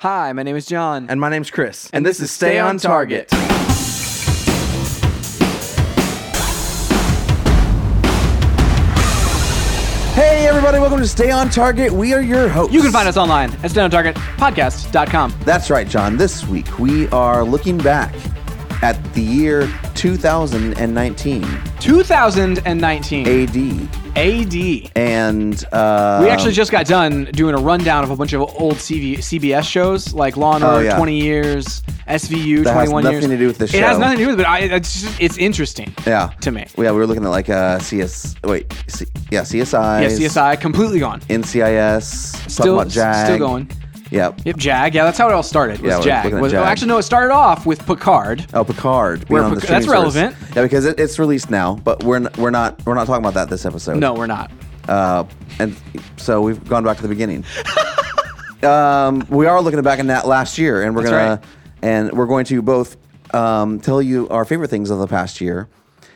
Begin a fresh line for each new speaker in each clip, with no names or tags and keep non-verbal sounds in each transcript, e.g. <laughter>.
Hi, my name is John.
And my name's Chris. And, this, is Stay on Target. Hey, everybody, welcome to Stay on Target. We are your hosts.
You can find us online at StayOnTargetPodcast.com.
That's right, John. This week we are looking back at the year 2019
2019
AD.
AD. We
And uh,
actually just got done doing a rundown of a bunch of old CV- CBS shows like Law and
Oh,
Order,
yeah.
20 years, SVU,
That has
21 years.
nothing to do with this
It has
show.
nothing to do with it, but I, it's, just, it's interesting
yeah,
to me.
Yeah, we were looking at like uh, CS. Wait, C, yeah, CSI.
Yeah, CSI completely gone.
NCIS.
Still-
talking about JAG.
still going.
Yep.
Yep, Jag. Yeah, that's how it all started. Was
Yeah, we're
Jag.
looking at
Was,
Jag.
Well, actually, no, it started off with Picard.
Oh, Picard.
Where
being on the
Pic- that's
streaming service.
relevant.
Yeah, because it, it's released now, but we're n- we're not we're not talking about that this episode.
No, we're not.
Uh, and so we've gone back to the beginning. <laughs> um, we are looking back in that last year, and we're
That's
gonna
right.
and we're going to both um, tell you our favorite things of the past year,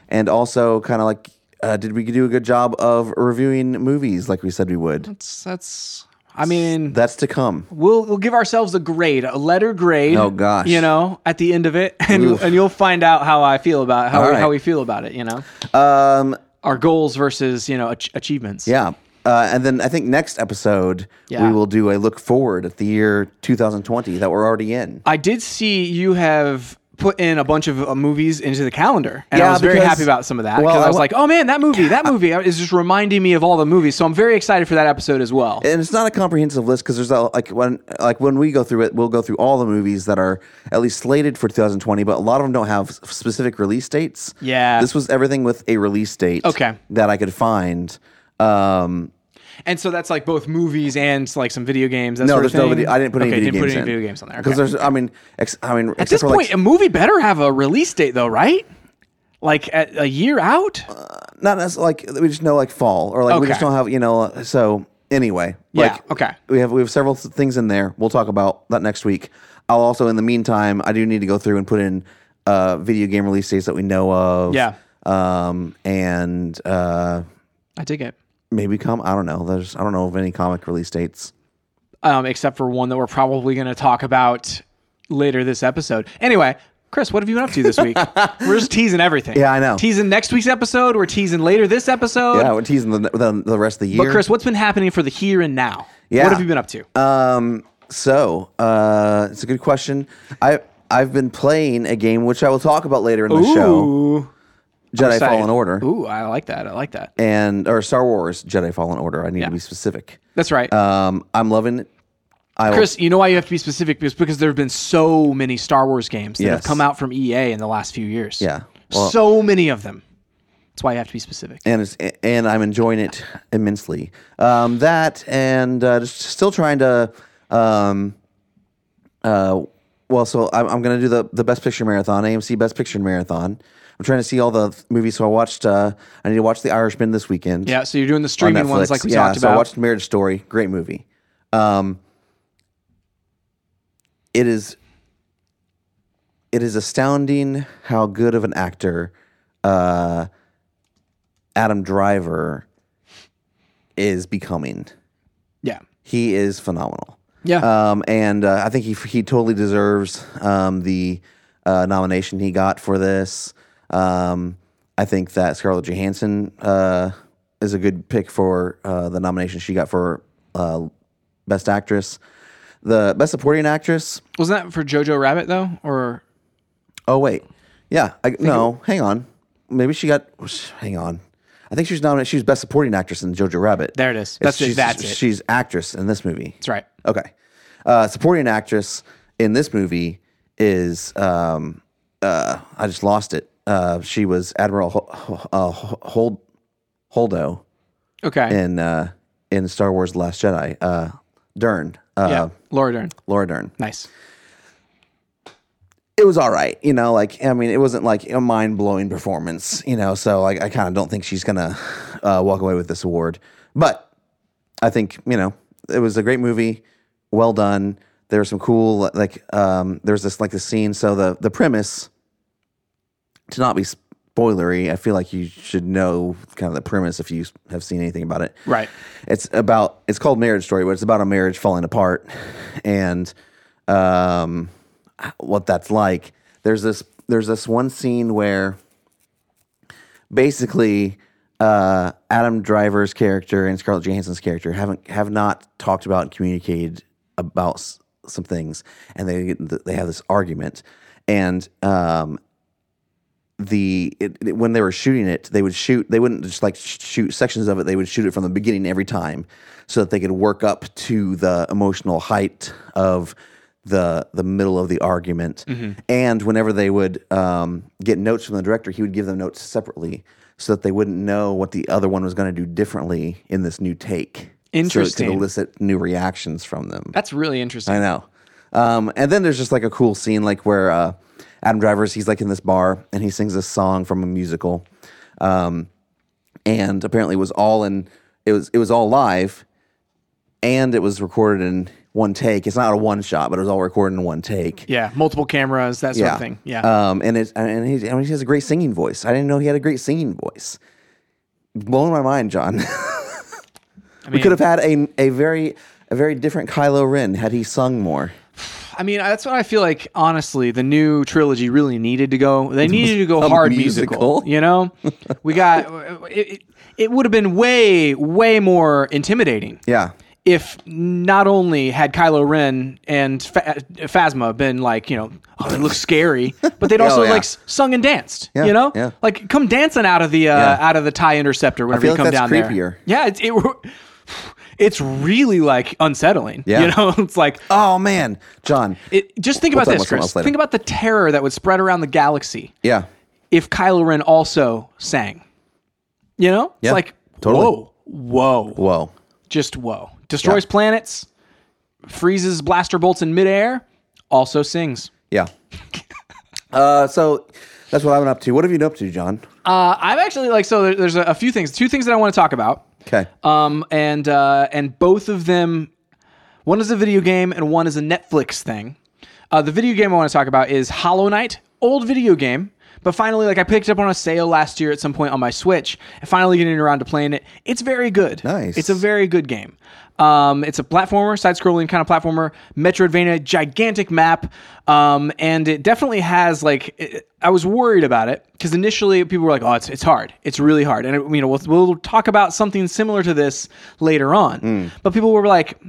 and also kind of like. Uh, did we do a good job of reviewing movies like we said we would?
That's, that's I mean,
That's to come.
we'll we'll give ourselves a grade, a letter grade.
Oh, gosh.
you know, at the end of it, <laughs> and
Oof.
and you'll find out how I feel about how
All
we,
right.
how we feel about it. You know,
Um,
our goals versus you know ach- achievements.
yeah. Uh, and then I think next episode,
Yeah.
we will do a look forward at the year 2020 that we're already in.
I did see you have put in a bunch of uh, movies into the calendar, and I
Yeah,
was very
because-
happy about some of that because
well,
I
I
was
wa-
like, oh man, that movie, that movie uh, is just reminding me of all the movies. So I'm very excited for that episode as well.
and it's not a comprehensive list because there's a, like when like when we go through it, we'll go through all the movies that are at least slated for 2020, but a lot of them don't have s- specific release dates.
Yeah.
this was everything with a release date.
Okay.
that I could find. Um,
and so that's like both movies and like some video games. That
no,
sort
there's
of thing.
no video. I didn't put any
okay,
video
didn't
games
put any
in.
video games on there
because
okay.
there's. I mean, ex- I mean,
At this
for
point,
like,
a movie better have a release date, though, right? Like at a year out.
not as like we just know like fall or like we
Okay.
just don't have you know. uh, So anyway,
Yeah,
like,
okay.
We have we have several th- things in there. We'll talk about that next week. I'll also in the meantime I do need to go through and put in uh, video game release dates that we know of.
Yeah.
Um and uh
I dig it.
maybe come I don't know. There's I don't know of any comic release dates.
Um, except for one that we're probably going to talk about later this episode. Anyway, Chris, what have you been up to this <laughs> week? we're just teasing everything.
Yeah, I know.
Teasing next week's episode. We're teasing later this episode.
Yeah, we're teasing the the, the rest of the year.
but Chris, what's been happening for the here and now?
Yeah.
What have you been up to?
Um, so uh, it's a good question. I I've been playing a game which I will talk about later in the show,
Ooh.
Jedi
Excited.
Fallen Order.
Ooh, I like that. I like that.
and or Star Wars Jedi Fallen Order. I need
Yeah.
to be specific.
That's right.
Um, I'm loving it. I will-
Chris, you know why you have to be specific? Because, because there have been so many Star Wars games that have
Yes.
come out from EA in the last few years.
Yeah. Well-
so many of them. That's why you have to be specific.
and it's, and I'm enjoying it immensely. Um, that and uh, just still trying to. Um, uh, well, so I'm, I'm going to do the the Best Picture marathon, AMC Best Picture marathon. I'm trying to see all the th- movies. So I watched. Uh, I need to watch The Irishman this weekend.
Yeah, so you're doing the
on
streaming ones
Netflix.
like we
yeah,
talked
so
about.
I watched Marriage Story. Great movie. Um, it is. It is astounding how good of an actor uh, Adam Driver is becoming.
yeah.
He is phenomenal.
Yeah.
Um, and uh, I think he he totally deserves um, the uh, nomination he got for this. Um, I think that Scarlett Johansson uh, is a good pick for uh, the nomination she got for uh, Best Actress. The Best Supporting Actress.
Wasn't that for Jojo Rabbit though? Or
Oh wait, yeah. I, no, hang on. Maybe she got. Hang on. I think she was nominated. She was Best Supporting Actress in Jojo Rabbit.
There it is.
It's-
That's it.
she's-
That's it.
She's actress in this movie.
that's right.
Okay. Uh, supporting actress in this movie is um, uh, I just lost it. Uh, she was Admiral Ho- Ho- uh, Ho- Hold Holdo
Okay.
in uh, in Star Wars: The Last Jedi. Uh, Dern, uh,
yeah. Laura Dern.
Laura Dern.
Nice.
It was all right, you know. Like I mean, it wasn't like a mind blowing performance, you know. So like I kind of don't think she's gonna uh, walk away with this award, but I think you know it was a great movie, well done. There was some cool like um, there's this like the scene. So the the premise to not be spoilery, I feel like you should know kind of the premise if you have seen anything about it.
Right.
It's about it's called Marriage Story, but it's about a marriage falling apart, and um, what that's like. There's this there's this one scene where basically uh, Adam Driver's character and Scarlett Johansson's character haven't have not talked about and communicated about s- some things, and they they have this argument, and um, the it, it- when they were shooting it, they would shoot. They wouldn't just like sh- shoot sections of it. They would shoot it from the beginning every time, so that they could work up to the emotional height of the the middle of the argument. And whenever they would um, get notes from the director, he would give them notes separately, so that they wouldn't know what the other one was going to do differently in this new take. So it
Interesting.
could elicit new reactions from them.
That's really interesting.
I know. Um, and then there's just like a cool scene, like where uh, Adam Driver's he's like in this bar and he sings a song from a musical, um, and apparently it was all in it was it was all live, and it was recorded in one take. It's not a one shot, but it was all recorded in one take.
Yeah, multiple cameras, that sort of thing. Yeah.
Um, and it's and he, and he has a great singing voice. I didn't know he had a great singing voice. Blowing my mind, John. <laughs>
I
we
mean,
could have had a a very a very different Kylo Ren had he sung more.
I mean, that's what I feel like. Honestly, the new trilogy really needed to go. They needed to go
A
hard musical.
musical.
You
<laughs>
know, we got it. It, it would have been way, way more intimidating.
Yeah.
If not only had Kylo Ren and Fa- Phasma been like, you know, oh, they look
<laughs>
scary, but they'd also
Oh, yeah.
like s- sung and danced,
Yeah,
you know,
yeah.
like come dancing out of the uh,
Yeah.
out of the tie interceptor whenever
feel
you
like
come
that's
down
creepier.
there. Yeah, it's it, <sighs> it's really like unsettling.
Yeah.
you <laughs> know, it's like
Oh man, John.
it, just think
We'll
about
talk
this,
about something
Chris.
else later.
Think about the terror that would spread around the galaxy
yeah,
if Kylo Ren also sang. You know,
Yeah,
it's like
totally.
whoa, whoa,
whoa.
just whoa. Destroys planets, freezes blaster bolts in midair. Also sings.
Yeah. uh, so that's what I've been up to. What have you been up to, John?
Uh, I'm actually like so. There, there's a, a few things, two things that I want to talk about.
Okay.
Um, and uh, and both of them, one is a video game and one is a Netflix thing. Uh, the video game I want to talk about is Hollow Knight, old video game, but finally, like I picked it up on a sale last year at some point on my Switch, and finally getting around to playing it. It's very good.
Nice.
It's a very good game. Um, it's a platformer, side-scrolling kind of platformer, Metroidvania, gigantic map, um, and it definitely has like. It, I was worried about it because initially people were like, "Oh, it's it's hard. It's really hard." And it, you know, we'll, we'll talk about something similar to this later on. But people were like,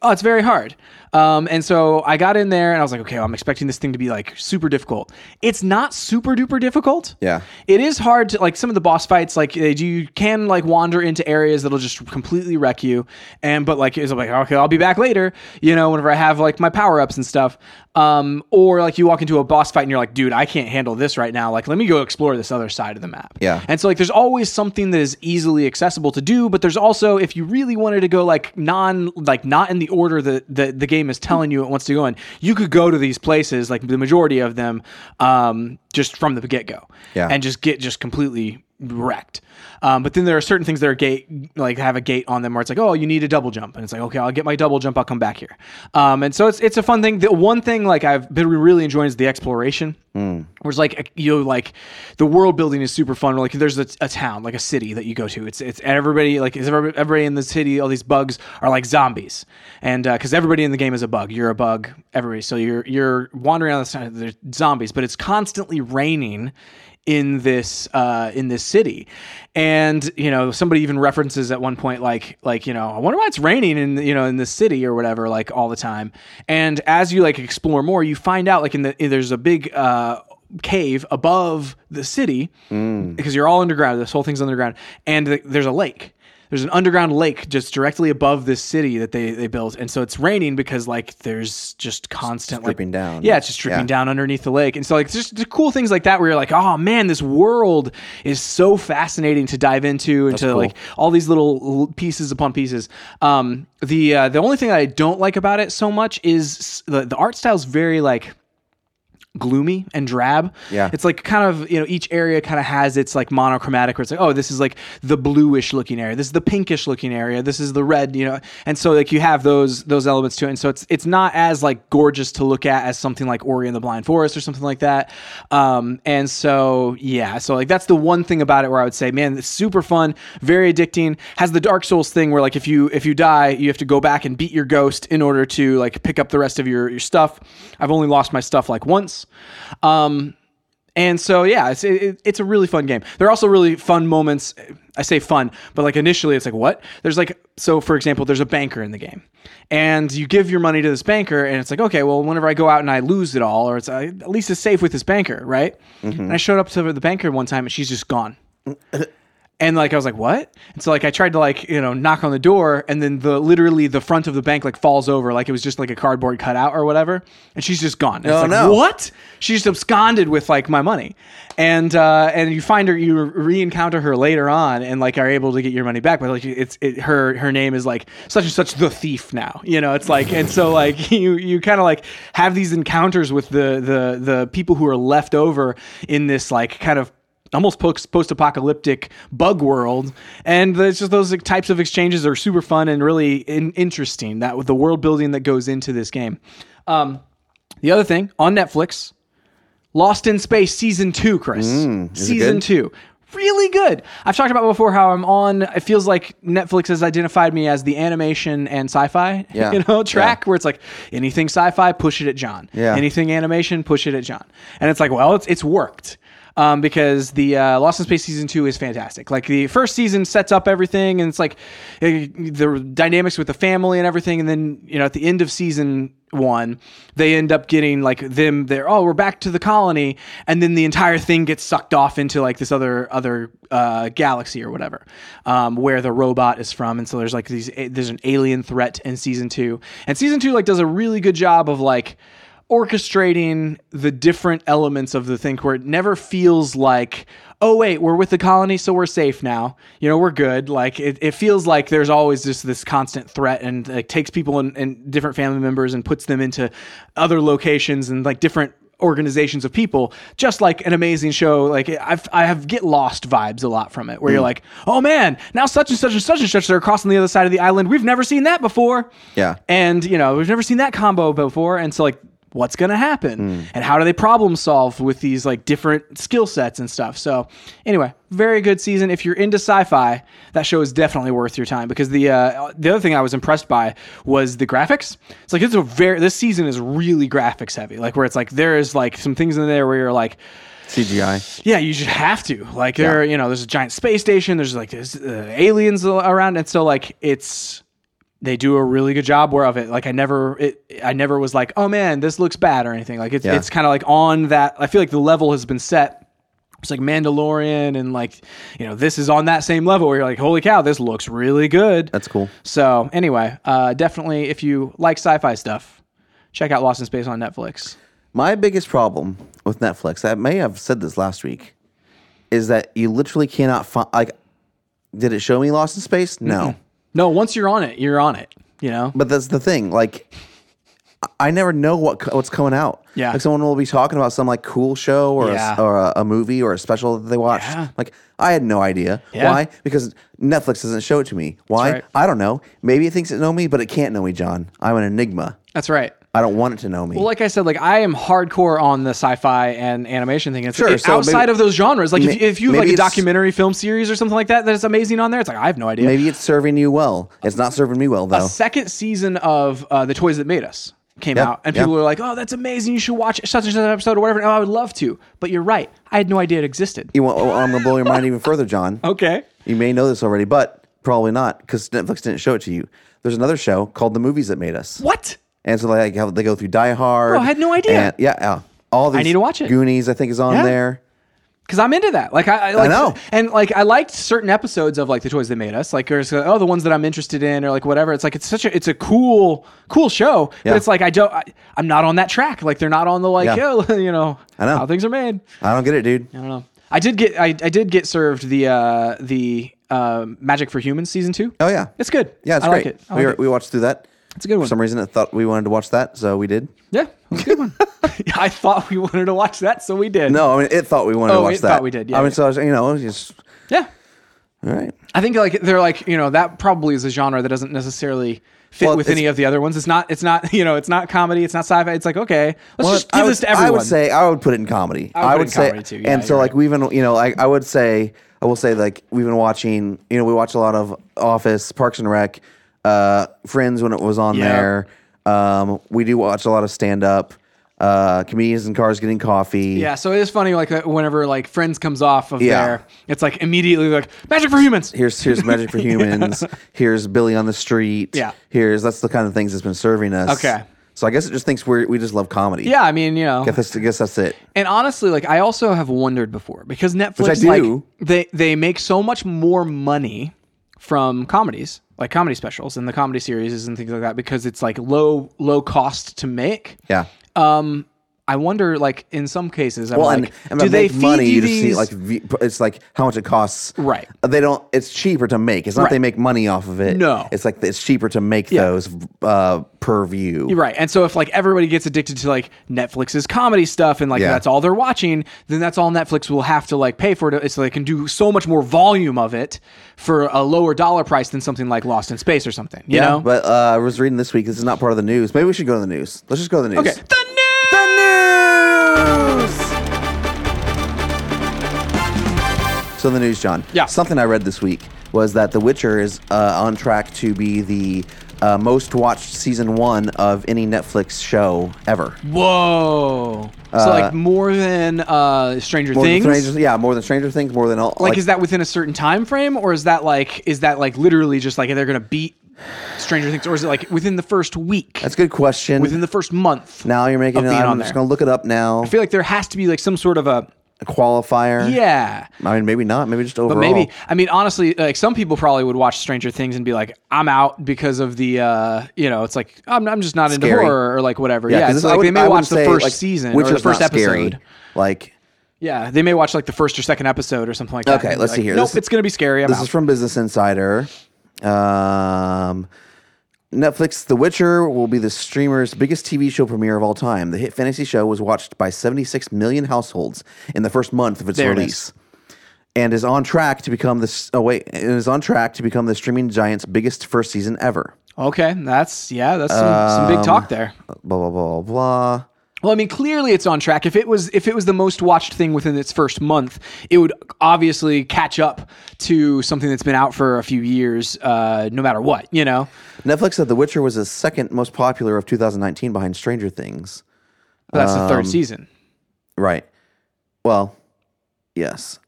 "Oh, it's very hard." Um, and so I got in there and I was like, "Okay, well, I'm expecting this thing to be like super difficult. It's not super duper difficult.
Yeah.
It is hard to like some of the boss fights. Like uh, you can like wander into areas that'll just completely wreck you, and but like it's like okay, I'll be back later. You know, whenever I have like my power ups and stuff, um, or like you walk into a boss fight and you're like, dude, I can't handle this right now. Like, let me go explore this other side of the map.
Yeah.
And so like, there's always something that is easily accessible to do, but there's also if you really wanted to go like non like not in the order that the, the game is telling you it wants to go in, you could go to these places like the majority of them, um, just from the get go
Yeah.
and just get just completely wrecked. Um, but then there are certain things that are gate like have a gate on them where it's like, oh, you need a double jump, and it's like, okay, I'll get my double jump, I'll come back here. Um, and so it's it's a fun thing. The one thing like I've been really enjoying is the exploration. Where it's like uh, you know, like the world building is super fun. Like there's a, a town, like a city that you go to. It's it's everybody like is everybody, everybody in the city. All these bugs are like zombies, and because everybody in the game is a bug, you're a bug. Everybody, so you're you're wandering on the side. There's zombies, but it's constantly raining in this uh, in this city, and you know somebody even references at one point like like you know I wonder why it's raining in you know in this city or whatever like all the time. And as you like explore more, you find out like in the there's a big. Uh, cave above the city
Mm.
because you're all underground this whole thing's underground and th- there's a lake there's an underground lake just directly above this city that they, they built and so it's raining because like there's just constant like-
dripping down.
yeah it's just dripping
Yeah.
down underneath the lake and so like just the cool things like that where you're like oh man this world is so fascinating to dive into and to like all these little l- pieces upon pieces um the uh, the only thing that i don't like about it so much is s- the, the art style's very like gloomy and drab.
Yeah.
It's like kind of, you know, each area kind of has its like monochromatic where it's like, oh, this is like the bluish looking area. This is the pinkish looking area. This is the red, you know. And so like you have those those elements to it. And so it's it's not as like gorgeous to look at as something like Ori and the Blind Forest or something like that. Um and so yeah, so like that's the one thing about it where I would say, man, it's super fun, very addicting. Has the Dark Souls thing where like if you if you die, you have to go back and beat your ghost in order to like pick up the rest of your your stuff. I've only lost my stuff like once. Um, and so yeah, it's it, it's a really fun game. There are also really fun moments. I say fun, but like initially it's like what? There's like so for example, there's a banker in the game, and you give your money to this banker, and it's like okay, well whenever I go out and I lose it all, or it's uh, at least it's safe with this banker, right?
Mm-hmm.
And I showed up to the banker one time, and she's just gone. <laughs> And like I was like, what? And so like I tried to like you know knock on the door, and then the literally the front of the bank like falls over, like it was just like a cardboard cutout or whatever, and she's just gone. And it's
Oh,
like,
no.
What? She just absconded with like my money, and uh, and you find her, you re-encounter her later on, and like are able to get your money back, but like it's it, her her name is like such and such the thief now. You know, it's like and so like <laughs> you you kind of like have these encounters with the the the people who are left over in this like kind of almost post apocalyptic bug world. And it's just those like, types of exchanges are super fun and really in- interesting. That with the world building that goes into this game. Um, the other thing on Netflix, Lost in Space season two, Chris.
Mm, it
season
good?
two. Really good. I've talked about before how I'm on. It feels like Netflix has identified me as the animation and sci-fi, <laughs>
Yeah.
you know, track where it's like anything sci-fi, push it at John.
Yeah.
Anything anything animation, push it at John. And it's like, well, it's it's worked. Um, because the uh, Lost in Space season two is fantastic. Like the first season sets up everything, and it's like uh, the dynamics with the family and everything. And then you know at the end of season one, they end up getting like them. They're oh we're back to the colony, and then the entire thing gets sucked off into like this other other uh, galaxy or whatever, um, where the robot is from. And so there's like these eh, there's an alien threat in season two, and season two like does a really good job of like orchestrating the different elements of the thing where it never feels like oh wait we're with the colony so we're safe now you know we're good like it, it feels like there's always just this constant threat and like takes people and, and different family members and puts them into other locations and like different organizations of people just like an amazing show like I've, i have get lost vibes a lot from it where you're like oh man now such and such and such and such they're crossing the other side of the island we've never seen that before
Yeah.
and you know we've never seen that combo before and so like what's gonna happen and how do they problem solve with these like different skill sets and stuff so anyway very good season if you're into sci-fi that show is definitely worth your time because the uh, the other thing i was impressed by was the graphics it's like it's a very this season is really graphics heavy like where it's like there is like some things in there where you're like
CGI.
yeah, you just have to. Like there, are, you know, there's a giant space station. There's like there's uh, aliens al- around, and so like it's they do a really good job where of it. Like I never, it, I never was like, oh man, this looks bad or anything. Like it's
Yeah.
it's kind of like on that. I feel like the level has been set. It's like Mandalorian, and like you know, this is on that same level where you're like, holy cow, this looks really good.
That's cool.
so anyway, uh, definitely if you like sci-fi stuff, check out Lost in Space on Netflix.
My biggest problem with Netflix, I may have said this last week, is that you literally cannot find. Like, did it show me Lost in Space? No.
No, once you're on it, you're on it. You know.
But that's the thing. Like, I- I never know what co- what's coming out.
Yeah.
Like someone will be talking about some like cool show or a,
Yeah.
s- or a, a movie or a special that they watched.
Yeah.
Like I had no idea.
Yeah.
Why? Because Netflix doesn't show it to me. Why?
right.
I don't know. Maybe it thinks it know me, but it can't know me, John. I'm an enigma.
That's right.
I don't want it to know me.
Well, like I said, like I am hardcore on the sci-fi and animation thing. It's
Sure,
it-
so
outside
maybe-
of those genres. Like if,
may-
if you have like
maybe
a
it's-
documentary film series or something like that that is amazing on there, it's like I have no idea.
Maybe it's serving you well. It's not serving me well though.
Second season of uh, the Toys That Made Us came
Yeah,
out, and
yeah.
people were like, "Oh, that's amazing! You should watch such and such an episode or whatever." And, oh, I would love to, but you're right. I had no idea it existed.
You want, well, I'm gonna blow your mind even further, John.
Okay.
You may know this already, but probably not because Netflix didn't show it to you. There's another show called The Movies That Made Us.
What?
And so like how they go through Die Hard.
Bro, I had no idea.
and- yeah, yeah. All these
need to watch it.
Goonies, I think, is on
Yeah.
there.
Cause I'm into that. Like I, I, like,
know.
and like I liked certain episodes of like the toys that made us. Like there's uh, oh the ones that I'm interested in or like whatever. It's like it's such a it's a cool cool show.
Yeah.
But it's like I don't I, I'm not on that track. Like they're not on the like
Yeah.
oh, <laughs> you know
I know.
how things are made.
I don't get it, dude.
I don't know. I did get I, I did get served the uh the uh, Magic for Humans season two.
Oh yeah,
It's good.
yeah, it's
I
great.
like it. I
we
like
were,
it.
we watched through that.
It's a good
For
one.
some reason, I thought we wanted to watch that, so we did.
Yeah, it was a good
<laughs>
one. <laughs> I thought we wanted to watch that, so we did.
No, I mean, it thought we wanted
Oh,
to watch
it
that.
thought we did, yeah,
I mean,
yeah.
so I was, you know, just
Yeah,
all right.
I think like they're like you know that probably is a genre that doesn't necessarily fit
Well,
with
it's-
any of the other ones. It's not. It's not. <laughs> You know, it's not comedy. It's not sci-fi. It's like okay, let's just give
I would,
this to everyone.
I would say I would put it in comedy.
would
I
put it
would,
in
say,
comedy too, yeah,
and so
you're
like
right.
we've been, you know, I, I would say I will say like we've been watching. You know, we watch a lot of Office, Parks and Rec, uh, Friends when it was on
Yeah.
there. Um, we do watch a lot of stand up. Uh, comedians in cars getting coffee.
Yeah, so it is funny like that whenever like Friends comes off of
Yeah.
there, it's like immediately like Magic for Humans.
Here's here's Magic
<laughs>
for Humans. Here's Billy on the Street.
Yeah.
Here's that's the kind of things that's been serving us.
Okay.
So I guess it just thinks we are we just love comedy.
Yeah, I mean you know,
I guess, I guess that's it.
and honestly, like I also have wondered before because Netflix
I do.
like they they make so much more money from comedies like comedy specials and the comedy series and things like that because it's like low low cost to make.
Yeah.
Um, I wonder, like in some cases, I'm
Well,
like,
and, and
do
I
they
make
feed
money?
you
You just see
these?
like v- it's like how much it costs.
Right.
They don't. It's cheaper to make. It's not
Right.
they make money off of it.
No.
It's like it's cheaper to make those uh, per view.
You're right. And so if like everybody gets addicted to like Netflix's comedy stuff and like
Yeah.
that's all they're watching, then that's all Netflix will have to like pay for it so they can do so much more volume of it for a lower dollar price than something like Lost in Space or something. You know?
But uh, I was reading this week. This is not part of the news. Maybe we should go to the news. Let's just go to the news.
okay. The news!
The news. So the news, John.
Yeah.
Something I read this week was that The Witcher is uh, on track to be the uh, most watched season one of any Netflix show ever.
Whoa. So like more than uh Stranger
Uh, More
Things.
Than Stranger, yeah, more than Stranger Things, more than all.
like, is that within a certain time frame or is that like is that like literally just like they're gonna beat Stranger Things or is it like within the first week?
that's a good question.
within the first month.
now you're making.
of
it
being
I'm
on
just
there.
gonna look it up now.
I feel like there has to be like some sort of a
A qualifier.
yeah.
I mean, maybe not. Maybe just overall.
But maybe I mean honestly, like some people probably would watch Stranger Things and be like, "I'm out" because of the, uh, you know, it's like I'm, I'm just not into
Scary.
horror or like whatever. Yeah,
'cause
it's
I
like they
wouldn't- I
may
wouldn't
watch the
say,
first
like,
season or the
Witcher's
first
not
episode.
scary. Like
Yeah, they may watch like the first or second episode or something like that.
Okay,
and be
let's
like,
see here.
Nope,
This is-
it's gonna be scary. I'm
this
out.
is from Business Insider. Um, Netflix The Witcher will be the streamer's biggest TV show premiere of all time. The hit fantasy show was watched by 76 million households in the first month of its
There it
release. and is on track to become this oh wait and is on track to become the streaming giant's biggest first season ever Uh,
okay, that's yeah, that's some, some big
Um,
talk there.
blah blah blah blah, blah.
Well, I mean, clearly it's on track. If it was if it was the most watched thing within its first month, it would obviously catch up to something that's been out for a few years, uh, no matter what, you know.
Netflix said The Witcher was the second most popular of 2019 behind Stranger Things
But that's the
Um,
third season.
right well yes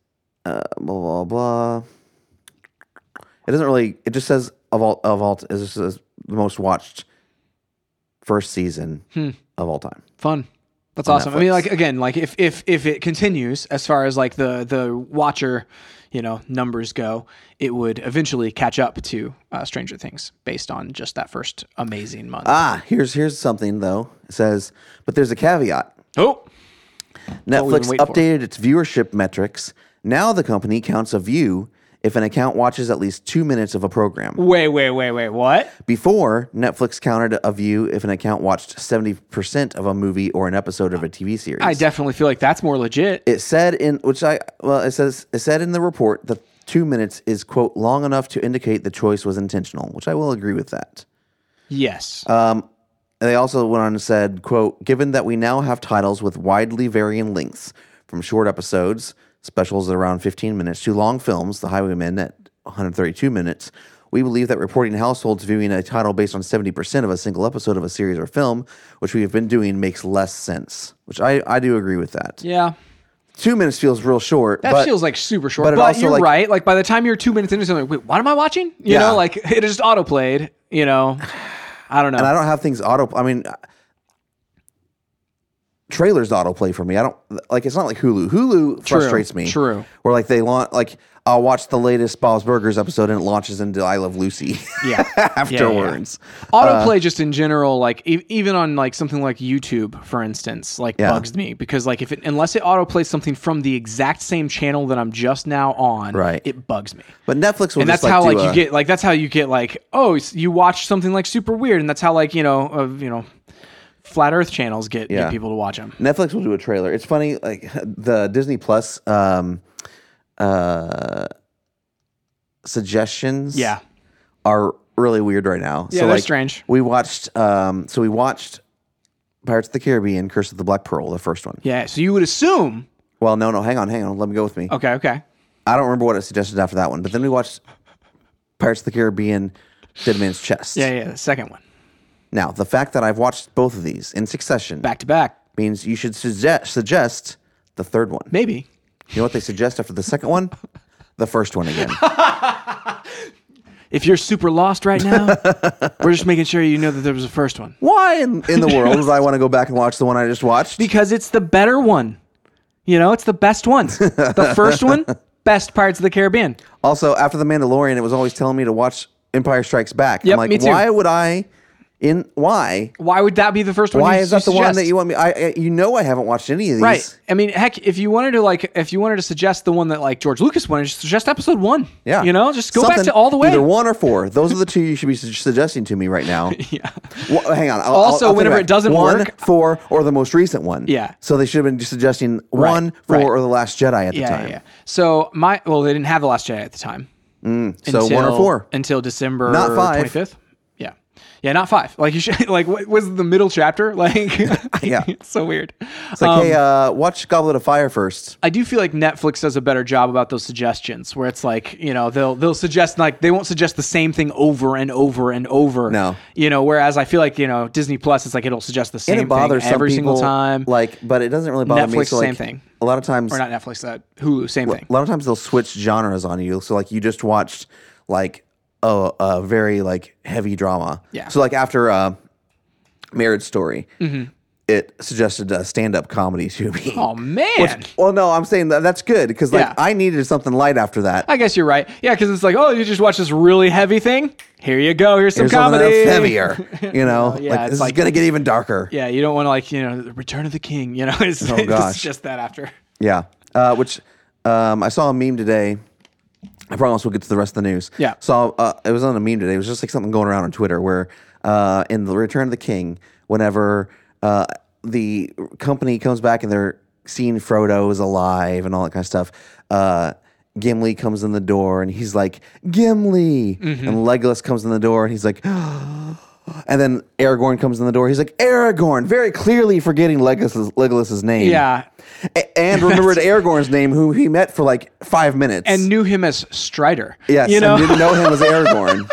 uh, blah blah blah it doesn't really it just says of all of all it just says the most watched first season of all time
Fun. That's awesome. I
Netflix.
mean, like again, like if if if it continues as far as like the the watcher, you know, numbers go, it would eventually catch up to uh, Stranger Things based on just that first amazing month.
ah here's here's something though it says but there's a caveat
oh, we've
Netflix
been waiting for.
updated its viewership metrics. Now the company counts a view if an account watches at least two minutes of a program.
wait, wait, wait, wait. What?
Before, Netflix counted a view if an account watched 70% of a movie or an episode of a TV series.
I definitely feel like that's more legit.
it said in which I well it says it said in the report that 2 minutes is quote long enough to indicate the choice was intentional, which I will agree with that.
yes.
Uh, And they also went on and said, quote, given that we now have titles with widely varying lengths, from short episodes, specials at around 15 minutes, to long films, The Highwaymen at 132 minutes, we believe that reporting households viewing a title based on 70% of a single episode of a series or film, which we have been doing, makes less sense. Which I, I do agree with that.
yeah.
Two minutes feels real short.
That
but
feels like super short.
but
But,
it also,
you're
like-
right. Like by the time you're two minutes into something, like, wait, what am I watching? You
Yeah.
know, like <laughs> it just autoplayed. You know, I don't know.
I don't have things auto. I mean, trailers autoplay for me. I don't like it's not like Hulu. Hulu frustrates me.
true.
Where like they launch like I'll watch the latest Bob's Burgers episode and it launches into I Love Lucy <laughs>
Yeah.
Uh, afterwards.
autoplay just in general like e- even on like something like youtube for instance like bugs me because like if it unless it autoplays something from the exact same channel that i'm just now on
Right.
it bugs me
But Netflix will
and
just
that's how
do
like you
a-
get like that's how you get like oh s- you watch something like super weird and that's how like you know of you know flat earth channels get,
Yeah.
get people to watch them
Netflix will do a trailer. It's funny, like the Disney Plus um, uh, suggestions,
Yeah.
are really weird right now.
Yeah,
so
they're
like,
strange.
We watched, um, so we watched Pirates of the Caribbean: Curse of the Black Pearl, the first one.
yeah so you would assume
Well, no, no, hang on, hang on, let me go with me.
okay okay
I don't remember what it suggested after that one, but then we watched Pirates of the Caribbean: Dead Man's Chest.
yeah yeah the second one
Now, the fact that I've watched both of these in succession
back to back
means you should suggest suggest the third one.
maybe
You know what they suggest after the second one? The first
<laughs>
one again.
if you're super lost right
<laughs>
now we're just making sure you know that there was a first one
Why in, in the world would I want to go back and watch the one I just watched?
because it's the better one. You know, it's the best one. The first one, best Pirates of the Caribbean.
Also, after The Mandalorian, it was always telling me to watch Empire Strikes Back.
Yep,
I'm like,
me too.
why would I? In why?
Why would that be the first one?
Why
you-
is that the
you
one
suggest?
that you want me? I, I you know I haven't watched any of these.
Right. I mean, heck, if you wanted to like, if you wanted to suggest the one that like George Lucas wanted, just suggest episode one.
Yeah.
You know, just go back
Something-
to all the way.
Either one or four. Those are the two you should be su- suggesting to me right now.
<laughs> Yeah.
Well, hang on. I'll- I'll-
Also,
I'll think
whenever
back.
it doesn't
one,
work-
four, or the most recent one.
Yeah.
So they should have been suggesting one, four,
right.
or the Last Jedi at the
Yeah,
time.
yeah, yeah. So my well, they didn't have the last Jedi at the time.
Mm, So one or four.
until December
Not five.
twenty fifth. Yeah, yeah, not five. Like you should <laughs> like what was the middle chapter? <laughs> Like
<laughs> Yeah.
it's <laughs> so weird.
It's like, hey,
Um,
uh, watch Goblet of Fire first.
I do feel like Netflix does a better job about those suggestions, where it's like you know they'll they'll suggest like they won't suggest the same thing over and over and over.
No.
you know. Whereas I feel like you know Disney Plus, it's like it'll suggest the same
And it bothers
thing every
some people,
single time.
Like, but it doesn't really bother me.
Netflix,
So, like,
same thing.
A lot of times,
or not Netflix, that Hulu, same thing.
a lot of times they'll switch genres on you. So like, you just watched like a, a very like heavy drama.
Yeah. Mm-hmm.
So like after uh, Marriage Story, it suggested a stand up comedy to me.
Oh man,
<laughs> Well, no, I'm saying that that's good because like
Yeah.
I needed something light
<laughs>
after that.
I guess you're right. Yeah, because it's like oh, you just watch this really heavy thing. Here you go. Here's some
There's something
comedy.
else heavier,
<laughs>
you know.
yeah,
like
it's
this
like-
is gonna get even darker.
Yeah, you don't want to like you know the Return of the King. You know, <laughs> it's, it's
Oh, gosh.
just that after.
Yeah. Uh, which um, I saw a meme today. I promise we'll get to the rest of the news.
Yeah.
So uh, it was on a meme today. It was just like something going around on Twitter where uh, in the Return of the King, whenever uh, the company comes back and they're seeing Frodo is alive and all that kind of stuff, uh, Gimli comes in the door and he's like, Gimli.
Mm-hmm.
And Legolas comes in the door and he's like, <gasps> and then Aragorn comes in the door. He's like, Aragorn, very clearly forgetting Legolas, Legolas's name.
Yeah,
A- and remembered Aragorn's name, who he met for like five minutes.
and knew him as Strider.
yes,
you know.
and didn't know him as Aragorn.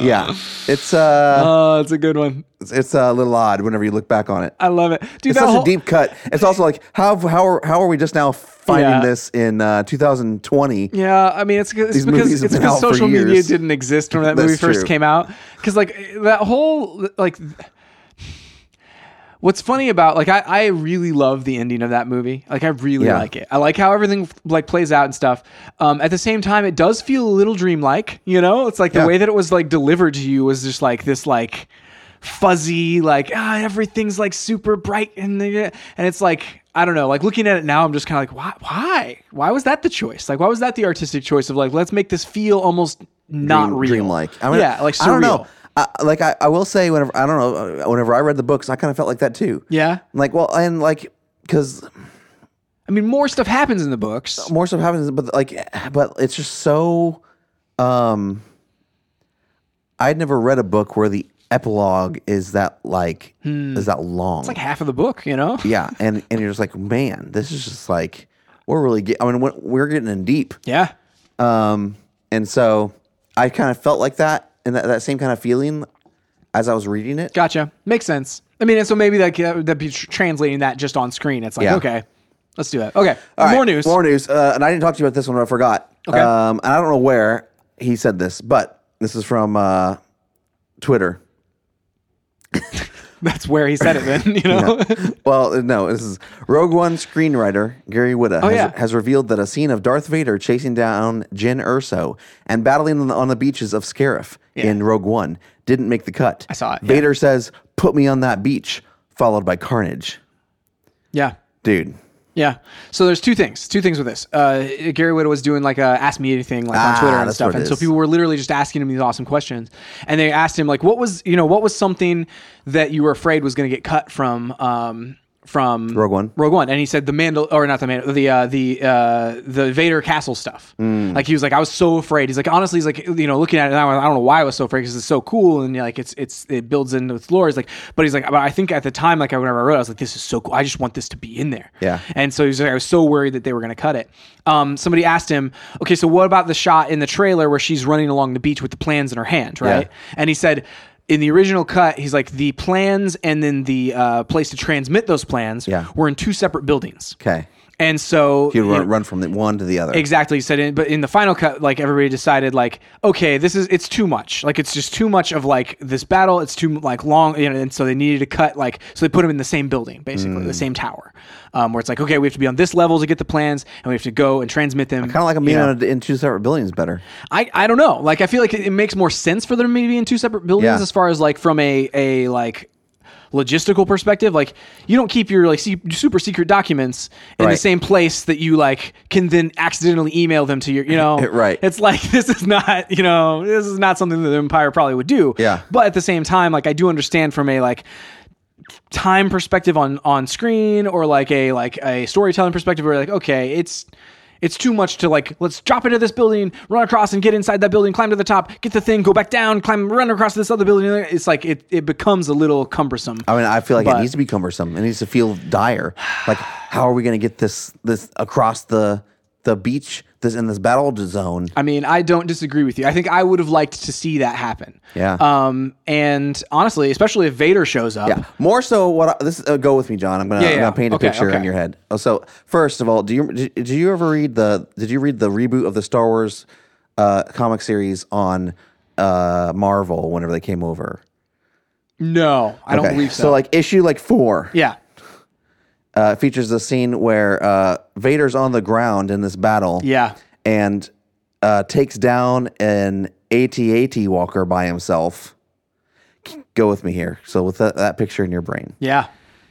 yeah, it's uh,
<laughs> Oh, it's a good one.
it's, it's a little odd whenever you look back on it.
I love it. Dude,
It's
that
such
whole,
a deep cut. It's also like how how are, how are we just now finding
Yeah.
this in uh, 2020?
Yeah, I mean, it's, it's
These movies
because
have
it's
been out
because
for
social media
years.
didn't exist when that
That's
movie first
true.
came out. Because like that whole like, th- what's funny about like I I really love the ending of that movie. Like I really
Yeah.
like it. I like how everything like plays out and stuff. Um, at the same time, it does feel a little dreamlike. You know, it's like the
Yeah.
way that it was like delivered to you was just like this like fuzzy like ah, everything's like super bright and and it's like I don't know like looking at it now I'm just kind of like why why why was that the choice like why was that the artistic choice of like let's make this feel almost not
dream-
real
dreamlike. I mean,
yeah like surreal
I don't know. I, like I, I will say whenever I don't know uh, whenever I read the books, I kind of felt like that too.
yeah
Like well, and like because
I mean more stuff happens in the books
more stuff happens, but like, but it's just so. Um, I'd never read a book where the epilogue is that like is that long.
Hmm. like half of the book you know
yeah, and and you're just like, man, this is just like we're really. Get, I mean, we're, we're getting in deep.
yeah
Um, and so I kind of felt like that, and that, that same kind of feeling as I was reading it.
gotcha makes sense I mean and so maybe that that would be tr- translating that just on screen it's like
Yeah.
okay let's do that okay
All right,
more news
More news. Uh, and I didn't talk to you about this one. but I forgot.
Okay.
Um, and I don't know where he said this, but this is from uh, Twitter.
<laughs> That's where he said it. Then <laughs> you know.
Well, uh, no, this is Rogue One screenwriter Gary Whitta has,
Oh, yeah.
has revealed that a scene of Darth Vader chasing down Jin Urso and battling on the, on the beaches of Scarif in Rogue One didn't make the cut. I
saw it, yeah.
Vader says, "Put me on that beach," followed by carnage.
yeah.
Dude,
Yeah. So there's two things. Two things with this. Uh, Gary Whitta was doing like a ask me anything like on
Ah,
Twitter and
that's
stuff,
what it
and so
is.
people were literally just asking him these awesome questions, and they asked him like, what was you know what was something that you were afraid was going to get cut from um from
Rogue One.
Rogue One, and he said the Mandal or not the Mandal the uh, the uh, the Vader Castle stuff.
Mm.
Like he was like, I was so afraid. He's like, honestly, he's like, you know, looking at it now, I don't know why I was so afraid because it's so cool and like it's it's it builds into its lore. He's like, but he's like, but I think at the time, like whenever I wrote, it, I was like, this is so cool. I just want this to be in there.
Yeah.
And so he was like, I was so worried that they were going to cut it. Um, somebody asked him, okay, so what about the shot in the trailer where she's running along the beach with the plans in her hand, right? And he said, in the original cut, he's like the plans and then the uh, place to transmit those plans
Yeah.
were in two separate buildings.
okay,
And so
he'd
you
run,
know,
run from the one to the other.
exactly he said it, but in the final cut like everybody decided like okay this is it's too much like it's just too much of like this battle it's too like long you know, and so they needed to cut like so they put them in the same building basically
Mm.
the same tower um, where it's like okay we have to be on this level to get the plans and we have to go and transmit them
Kind of like a
you
being
know?
on a- in two separate buildings better.
I, I don't know. Like I feel like it, it makes more sense for them maybe in two separate buildings
Yeah.
as far as like from a a like logistical perspective. Like you don't keep your like se- super secret documents in the
Right.
same place that you like can then accidentally email them to your you
<laughs>
know
Right.
It's like <laughs> this is not you know this is not something that the Empire probably would do.
Yeah.
But at the same time, like I do understand from a like time perspective on on screen or like a like a storytelling perspective where like okay it's it's too much to like let's drop into this building run across and get inside that building climb to the top get the thing go back down climb run across this other building it's like it, it becomes a little cumbersome
I mean, I feel like
But-
it needs to be cumbersome. It needs to feel dire. Like, how are we going to get this this across the the beach this in this battle zone?
I mean, I don't disagree with you. I think I would have liked to see that happen.
Yeah.
Um. And honestly, especially if Vader shows up.
Yeah, more so. What I, this? Uh, go with me, John. I'm gonna,
Yeah,
I'm
yeah.
gonna paint a
Okay,
picture
okay.
in your head. Oh, so first of all, do you did, did you ever read the did you read the reboot of the Star Wars uh, comic series on uh, Marvel whenever they came over?
No, I don't believe so.
like issue like four.
yeah.
uh, features the scene where uh, Vader's on the ground in this battle.
Yeah.
And uh, takes down an AT-AT walker by himself. Go with me here. So with that, that picture in your brain,
Yeah.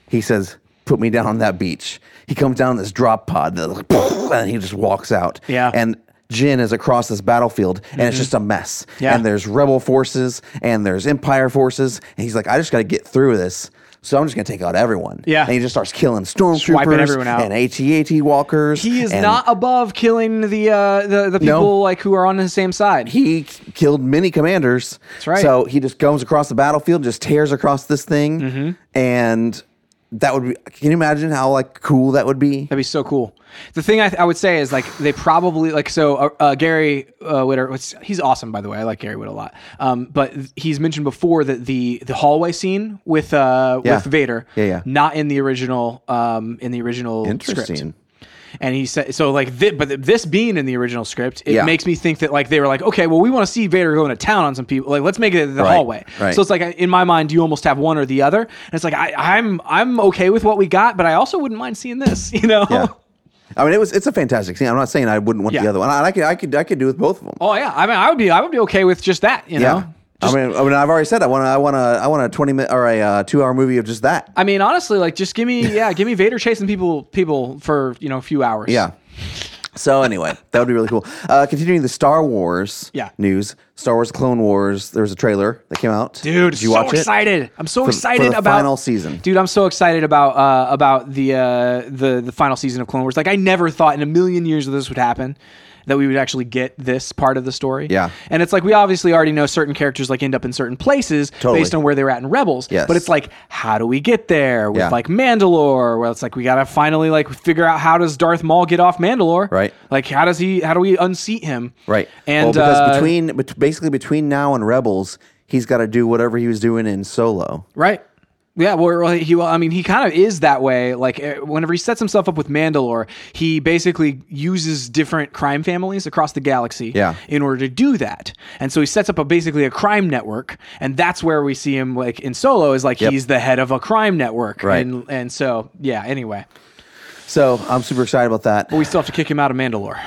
he says, "Put me down on that beach." He comes down this drop pod, and, like, <laughs> and he just walks out.
Yeah. Mm-hmm.
And Jin is across this battlefield, and it's just a mess.
Yeah.
And there's rebel forces, and there's Empire forces, and he's like, "I just got to get through this." So I'm just gonna take out everyone.
Yeah.
And he just starts killing stormtroopers
Swiping everyone out.
and AT-AT walkers.
He is
and
not above killing the uh the, the people like who are on his same side.
He k- killed many commanders. That's
right.
So he just goes across the battlefield, just tears across this thing,
Mm-hmm.
and that would be. Can you imagine how like cool that would be?
That'd be so cool. The thing I, th- I would say is like they probably like so uh, uh, Gary uh, Witter. what's- He's awesome by the way. I like Gary Witter a lot. Um, but th- he's mentioned before that the the hallway scene with uh
Yeah.
with Vader.
Yeah, yeah.
Not in the original um in the original
Interesting.
script. And he said so like thi- but this being in the original script, it
Yeah.
makes me think that like they were like okay, well we want to see Vader going to town on some people. Like let's make it the
Right,
hallway.
right.
So it's like in my mind you almost have one or the other. And it's like I, I'm I'm okay with what we got, but I also wouldn't mind seeing this. <laughs> You know.
Yeah. <laughs> I mean, it was. It's a fantastic scene. I'm not saying I wouldn't want
Yeah.
the other one. I, I could. I could. I could do with both of them.
Oh yeah, I mean, I would be, I would be okay with just that, you know. Just-
I mean, I mean, I've already said I want. to. I want to. I want a 20 minute or a uh, two hour movie of just that.
I mean, honestly, like, just give me, yeah, give me Vader chasing people, people for you know a few hours.
<laughs> Yeah. So anyway, that would be really cool. Uh, continuing the Star Wars
Yeah.
news, Star Wars Clone Wars. There was a trailer that came out.
dude,
Did you
so
watch it?
excited! I'm so
For- for
excited
the
about
final season.
dude. I'm so excited about uh, about the uh, the the final season of Clone Wars. Like, I never thought in a million years that this would happen. That we would actually get this part of the story.
Yeah.
And it's like we obviously already know certain characters like end up in certain places
Totally.
based on where they were at in Rebels.
Yes.
But it's like, how do we get there with
Yeah.
like Mandalore? Where it's like we gotta finally like figure out how does Darth Maul get off Mandalore?
Right.
Like how does he how do we unseat him?
Right.
And
well, because
uh,
between bet- basically between now and Rebels, he's got to do whatever he was doing in Solo.
Right. Yeah, well, well, he. Well, I mean, he kind of is that way. Like, eh, whenever he sets himself up with Mandalore, he basically uses different crime families across the galaxy
Yeah.
in order to do that. And so he sets up a basically a crime network, and that's where we see him like in Solo is like he's the head of a crime network,
Right.
And and so yeah. Anyway,
So I'm super excited about that.
but we still have to kick him out of Mandalore.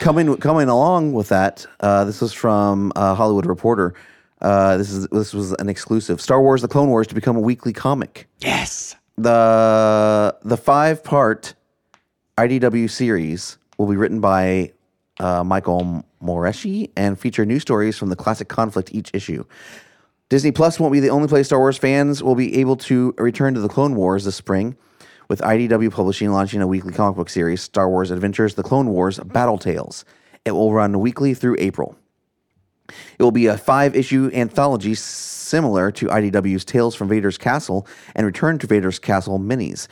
coming coming along with that, uh, this was from uh, Hollywood Reporter. Uh, this is this was an exclusive. Star Wars: The Clone Wars to become a weekly comic.
Yes.
the The five part IDW series will be written by uh, Michael Moreshi and feature new stories from the classic conflict each issue. Disney Plus won't be the only place Star Wars fans will be able to return to the Clone Wars this spring, with IDW Publishing launching a weekly comic book series, Star Wars Adventures: The Clone Wars Battle Tales. It will run weekly through April. It will be a five issue anthology similar to IDW's Tales from Vader's Castle and Return to Vader's Castle minis.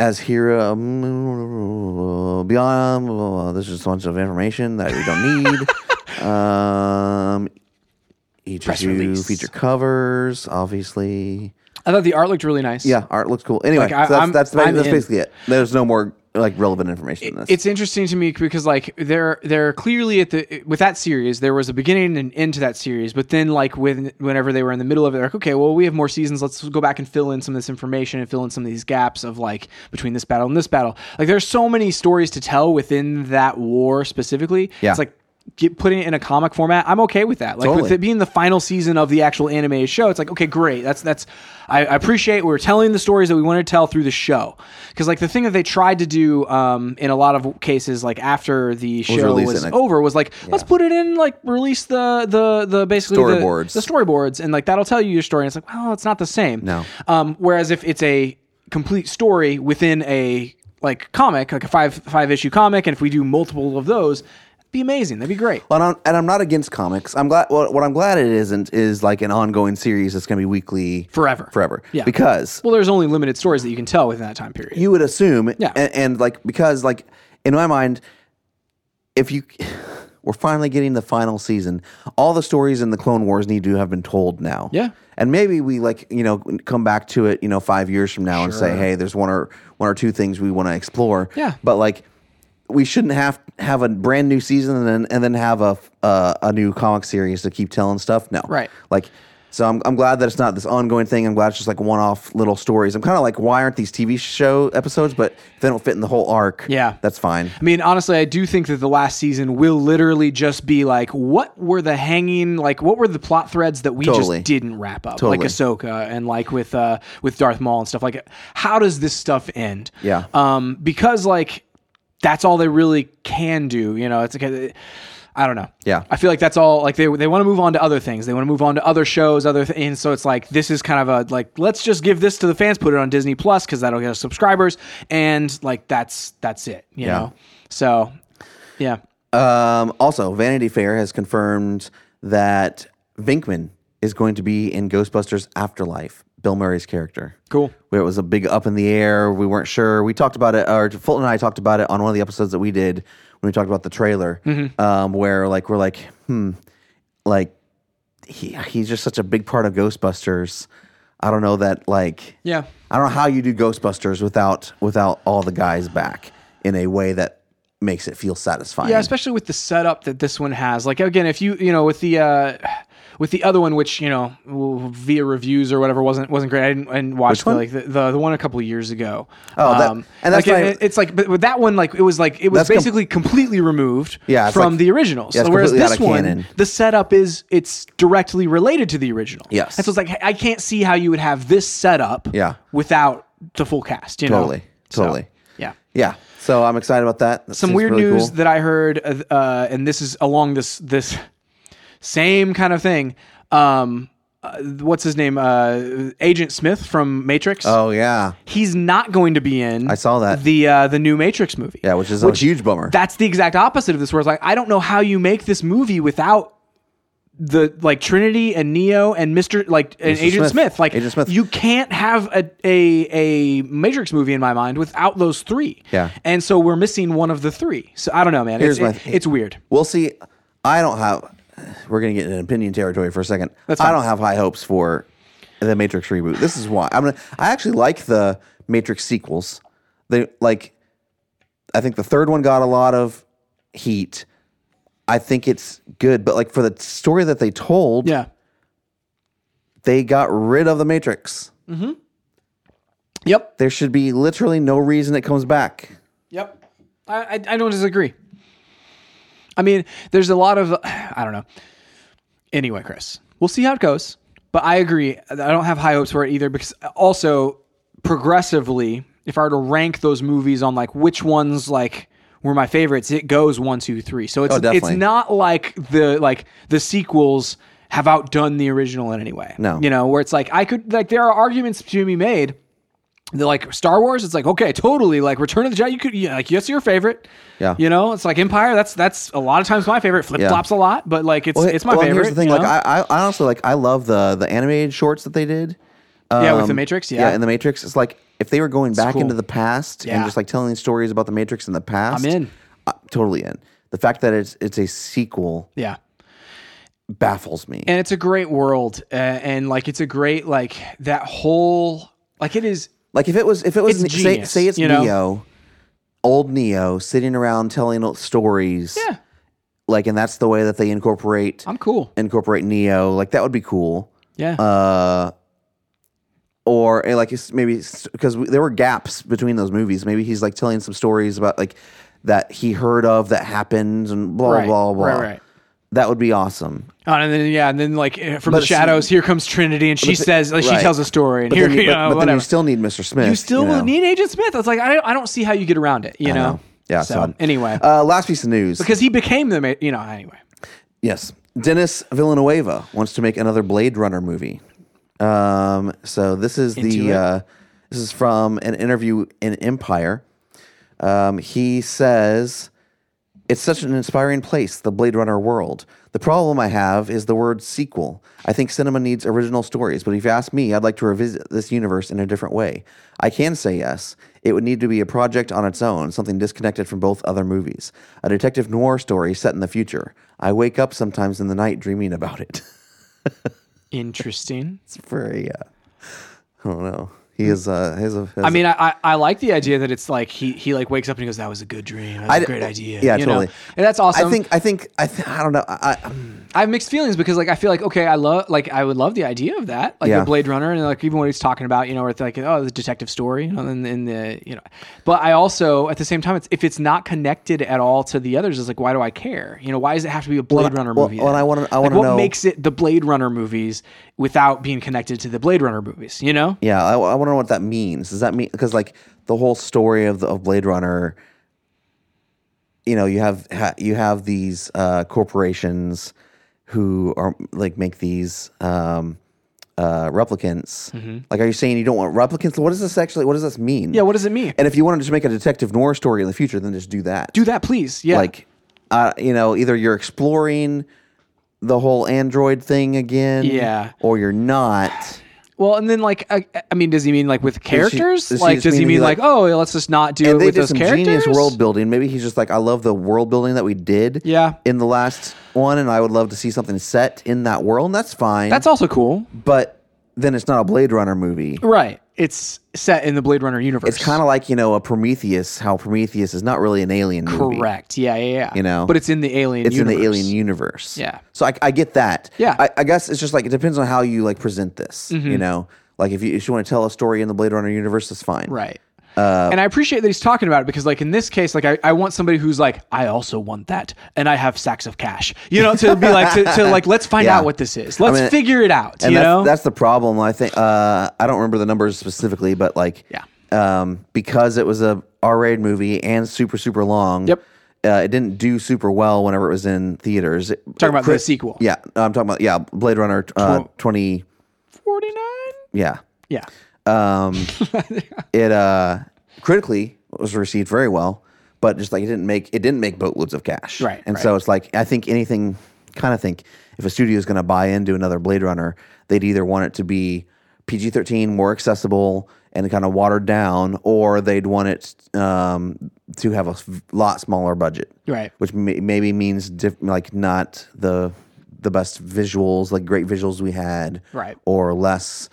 As here, um, beyond, uh, there's just a bunch of information that we don't
<laughs>
need. um, each
Press
issue
release.
feature covers, obviously.
I thought the art looked really nice.
Yeah, art looks cool. Anyway,
Like, I-
so that's,
I'm-
that's, ba-
I'm
that's
in.
basically it. There's no more like relevant information in this.
It's interesting to me because like they're they're clearly at the with that series there was a beginning and an end to that series, but then like when whenever they were in the middle of it, they're like okay, well we have more seasons, let's go back and fill in some of this information and fill in some of these gaps of like between this battle and this battle. Like there's so many stories to tell within that war specifically.
Yeah.
it's like. Get putting it in a comic format. I'm okay with that. Like with
Totally.
it being the final season of the actual anime show, it's like okay, great. That's that's. I, I appreciate we're telling the stories that we want to tell through the show because like the thing that they tried to do um, in a lot of cases, like after the show was,
released in a-
over, was like let's put it in like release the the the basically the-
Storyboards.
the, storyboards, and like that'll tell you your story. And it's like well, it's not the same.
No.
Um, whereas if it's a complete story within a like comic, like a five five issue comic, and if we do multiple of those, it'd be amazing. That'd be great.
Well, and I'm, and I'm not against comics. I'm glad. What, what I'm glad it isn't is like an ongoing series that's going to be weekly
Forever.
forever.
Yeah.
Because
Well, there's only limited stories that you can tell within that time period.
you would assume,
Yeah.
and, and like because like in my mind, if you <sighs> we're finally getting the final season, all the stories in the Clone Wars need to have been told now.
Yeah.
And maybe we like you know come back to it you know five years from now and say hey there's one or one or two things we want to explore
Yeah.
but like we shouldn't have have a brand new season and then and then have a uh, a new comic series to keep telling stuff. No,
Right.
Like, so I'm I'm glad that it's not this ongoing thing. I'm glad it's just like one off little stories. I'm kind of like, why aren't these TV show episodes? But if they don't fit in the whole arc,
Yeah.
that's fine.
I mean, honestly, I do think that the last season will literally just be like, what were the hanging, like, what were the plot threads that we
Totally.
just didn't wrap up,
Totally.
like Ahsoka and like with uh with Darth Maul and stuff. Like, how does this stuff end?
Yeah.
Um, because like that's all they really can do. You know, it's okay. I don't know.
Yeah.
I feel like that's all. Like they they want to move on to other things. They want to move on to other shows, other th- and so it's like this is kind of a like let's just give this to the fans, put it on Disney Plus because that'll get us subscribers, and like that's that's it. You know. So, yeah.
Um, also, Vanity Fair has confirmed that Vinkman is going to be in Ghostbusters Afterlife. Bill Murray's character.
Cool.
Where it was a big up in the air. We weren't sure. We talked about it, or Fulton and I talked about it on one of the episodes that we did when we talked about the trailer,
Mm-hmm.
um, where like we're like, hmm, like he he's just such a big part of Ghostbusters. I don't know that like
Yeah.
I don't know how you do Ghostbusters without without all the guys back in a way that makes it feel satisfying.
Yeah, especially with the setup that this one has. Like again, if you you know with the uh with the other one, which you know w- via reviews or whatever wasn't wasn't great. I didn't, I didn't watch the,
one?
like the, the the one a couple of years ago. Um,
Oh, that- and
like,
that's why-
it- it's like but with that one, like it was like it was
That's com-
basically completely removed
Yeah, it's
from
like-
the original.
yeah, it's
so whereas
completely out
this
of
one,
canon.
the setup is it's directly related to the original.
Yes.
and so it's like I can't see how you would have this setup.
Yeah.
without the full cast. You know?
Totally.
So,
Totally.
yeah
Yeah. So I'm excited about that. That
some
seems
weird
really
news
cool.
that I heard, uh, uh, and this is along this this same kind of thing. Um, uh, what's his name? Uh, Agent Smith from Matrix.
Oh yeah.
He's not going to be in. I
saw that.
the uh, the new Matrix movie.
Yeah, which is a huge bummer.
That's the exact opposite of this. Where it's like I don't know how you make this movie without the like Trinity and Neo and Mister like and Agent
Smith.
Smith. Like
Agent Smith.
you can't have a, a a Matrix movie in my mind without those three.
Yeah.
and so we're missing one of the three. So I don't know, man.
Here's
it's,
my-
it- it's weird.
we'll see. I don't have. We're gonna get in opinion territory for a second.
That's
I
fine.
don't have high hopes for the Matrix reboot. This is why I'm gonna. I actually like the Matrix sequels. They like. I think the third one got a lot of heat. I think it's good, but like for the story that they told,
Yeah.
they got rid of the Matrix.
Yep.
There should be literally no reason it comes back.
Yep. I, I, I don't disagree. I mean, there's a lot of <sighs> I don't know. Anyway, Chris, we'll see how it goes. But I agree. I don't have high hopes for it either because also progressively, if I were to rank those movies on like which ones like were my favorites, it goes one, two, three. So it's it's
Oh, definitely.
not like the like the sequels have outdone the original in any way.
No.
You know, where it's like I could like there are arguments to be made they're like Star Wars. It's like okay, totally. Like Return of the Jedi, you could yeah, like yes, your favorite.
Yeah.
you know, it's like Empire. That's that's a lot of times my favorite. Flip flops a lot, but like it's
Well,
it's my
well, and
favorite.
Here's the thing,
you
like
know?
I, I, I honestly like I love the the animated shorts that they did.
yeah, with the
Um,
Matrix,
yeah,
yeah,
in the Matrix, it's like if they were going back
cool.
into the past
Yeah.
and just like telling stories about the Matrix in the past,
I'm in.
I- totally in. The fact that it's it's a sequel
yeah.
baffles me.
And it's a great world, uh, and like it's a great like that whole like it is.
like if it was if it was
It's
Ne- say,
genius,
say it's
you know?
Neo, old Neo sitting around telling old stories,
Yeah,
like and that's the way that they incorporate
I'm cool.
incorporate Neo. Like that would be cool.
Yeah,
uh, or eh, like it's maybe because there were gaps between those movies. Maybe he's like telling some stories about like that he heard of that happened and blah
right,
blah blah.
right, right.
That would be awesome.
Oh, and then yeah, and then like eh, from
But
the
it's-
shadows, here comes Trinity, and she says like, she
right.
tells a story, and
But,
here
then, you,
you
but-
know
but then you
whatever.
still need Mr. Smith.
You still
know?
need Agent Smith. It's like I don't I don't see how you get around it. You know?
know. Yeah,
So,
so-
anyway,
Uh, last piece of news.
because he became the ma- you know anyway.
Yes, Dennis Villanueva wants to make another Blade Runner movie. Um, so this is
Into
the
it.
uh, this is from an interview in Empire. Um, he says it's such an inspiring place, the Blade Runner world. The problem I have is the word sequel. I think cinema needs original stories, but if you ask me, I'd like to revisit this universe in a different way. I can say yes. It would need to be a project on its own, something disconnected from both other movies. A detective noir story set in the future. I wake up sometimes in the night dreaming about it. <laughs>
Interesting.
it's very, uh, I don't know. He is, uh, he has a, he has
I mean, I, I I like the idea that it's like he he like wakes up and he goes, "That was a good dream. That was a
I-
great idea."
yeah,
you know?
totally.
And that's awesome.
I think, I think, I, th- I don't know. I, I,
I have mixed feelings because like I feel like okay, I love like I would love the idea of that, like
Yeah.
the Blade Runner, and like even what he's talking about, you know, where it's like oh, the detective story, you know, and in the you know, but I also at the same time, it's if it's not connected at all to the others, it's like why do I care? You know, why does it have to be a Blade Runner
well,
movie?
well, and
then?
I wanna- I
Like,
wanna
what
know-
makes it the Blade Runner movies without being connected to the Blade Runner movies. You know,
Yeah, I, I want to know what that means. Does that mean because like the whole story of the of Blade Runner, you know, you have ha, you have these uh, corporations who are like make these um, uh, replicants. Like, are you saying you don't want replicants? What does this actually? What does this mean?
Mm-hmm. yeah. What does it mean?
And if you wanted to make a detective noir story in the future, then just do that.
Do that, please. Yeah.
like, uh, you know, either you're exploring the whole android thing again,
Yeah.
or you're not.
Well, and then like I, I mean, does he mean like with characters?
does she
like,
just
does he
mean
mean
he,
like,
like-
oh, let's just not do
and
it
they
with
did
those
some
characters?
genius world building. Maybe he's just like, I love the world building that we did
Yeah.
in the last one, and I would love to see something set in that world, and that's fine.
That's also cool,
but then it's not a Blade Runner movie.
right? It's set in the Blade Runner universe.
It's kind of like, you know, a Prometheus, how Prometheus is not really an alien movie.
correct. Yeah, yeah, yeah.
You know?
but it's in the alien.
It's in the
universe.
alien universe.
Yeah.
So I, I get that.
Yeah. Mm-hmm.
I, I guess it's just like, it depends on how you like present this, you know? Like if you, if you want to tell a story in the Blade Runner universe, that's fine.
right?
Uh,
and I appreciate that he's talking about it because, like, in this case, like, I, I want somebody who's like, I also want that, and I have sacks of cash, you know, to be like, to, to like, let's find
Yeah.
out what this is, let's
mean,
figure it out,
and
you
that's,
know?
that's the problem. I think uh, I don't remember the numbers specifically, but like,
Yeah.
um, because it was a R-rated movie and super super long.
Yep.
uh, it didn't do super well whenever it was in theaters. It-
Talking about
Cri-
the sequel.
Yeah, I'm talking about yeah, Blade Runner uh,
Tw-
twenty.
forty nine.
Yeah,
Yeah, <laughs>
um, it uh, critically was received very well, but just like it didn't make it didn't make boatloads of cash.
Right,
And
right.
so it's like I think anything kind of think if a studio is going to buy into another Blade Runner, they'd either want it to be PG thirteen, more accessible and kind of watered down, or they'd want it um, to have a s- lot smaller budget.
Right.
Which may- maybe means diff- like not the the best visuals, like great visuals we had,
Right.
or less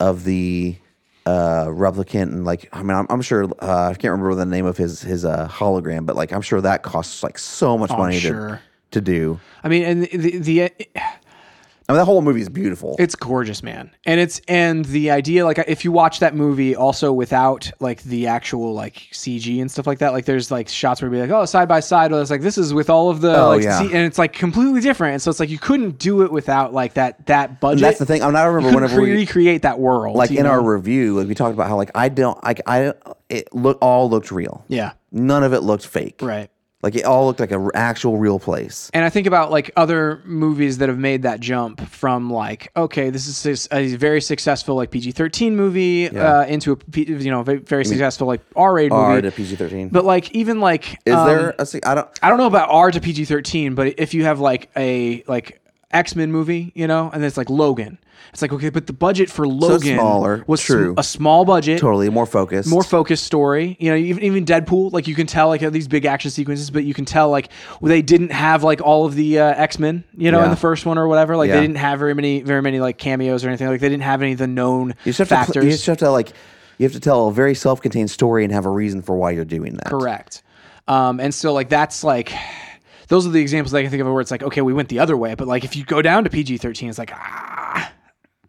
of the uh, replicant, and like I mean, I'm, I'm sure uh, I can't remember the name of his his uh, hologram, but like I'm sure that costs like so much money
Oh, sure.
to to do.
I mean, and the, the, the
I mean, that whole movie is beautiful.
It's gorgeous, man. And it's and the idea like if you watch that movie also without like the actual like CG and stuff like that, like there's like shots where you'd be like, oh, side by side, or it's like this is with all of the
Oh,
like
yeah.
C- and it's like completely different. And so it's like you couldn't do it without like that that budget.
that's the thing. I, mean, I
You
remember
couldn't
whenever
cre-
we
recreate that world.
like
you
in
know?
our review, like we talked about how like I don't like I it look all looked real.
yeah,
None of it looked fake.
right.
Like it all looked like an actual real place.
And I think about like other movies that have made that jump from like, okay, this is this- a very successful like PG thirteen movie uh, into a P- you know ve- very successful like R rated
R
movie.
to PG thirteen.
But like even like
Is
um,
there a se- I don't
I don't know about R to PG thirteen, but if you have like a like X Men movie, you know, and it's like Logan, it's like okay, but the budget for Logan
smaller,
was sm-
true.
a small budget,
totally more focused.
more focused story. You know, even even Deadpool, like you can tell like these big action sequences, but you can tell like they didn't have like all of the uh, X Men, you know, in
Yeah.
the first one or whatever. Like
Yeah.
they didn't have very many very many like cameos or anything. Like they didn't have any of the known
you just have
factors.
to pl- you just have to like you have to tell a very self contained story and have a reason for why you're doing that.
Correct. Um, and so like that's like those are the examples that I can think of where it's like, okay, we went the other way, but like if you go down to PG thirteen, it's like ah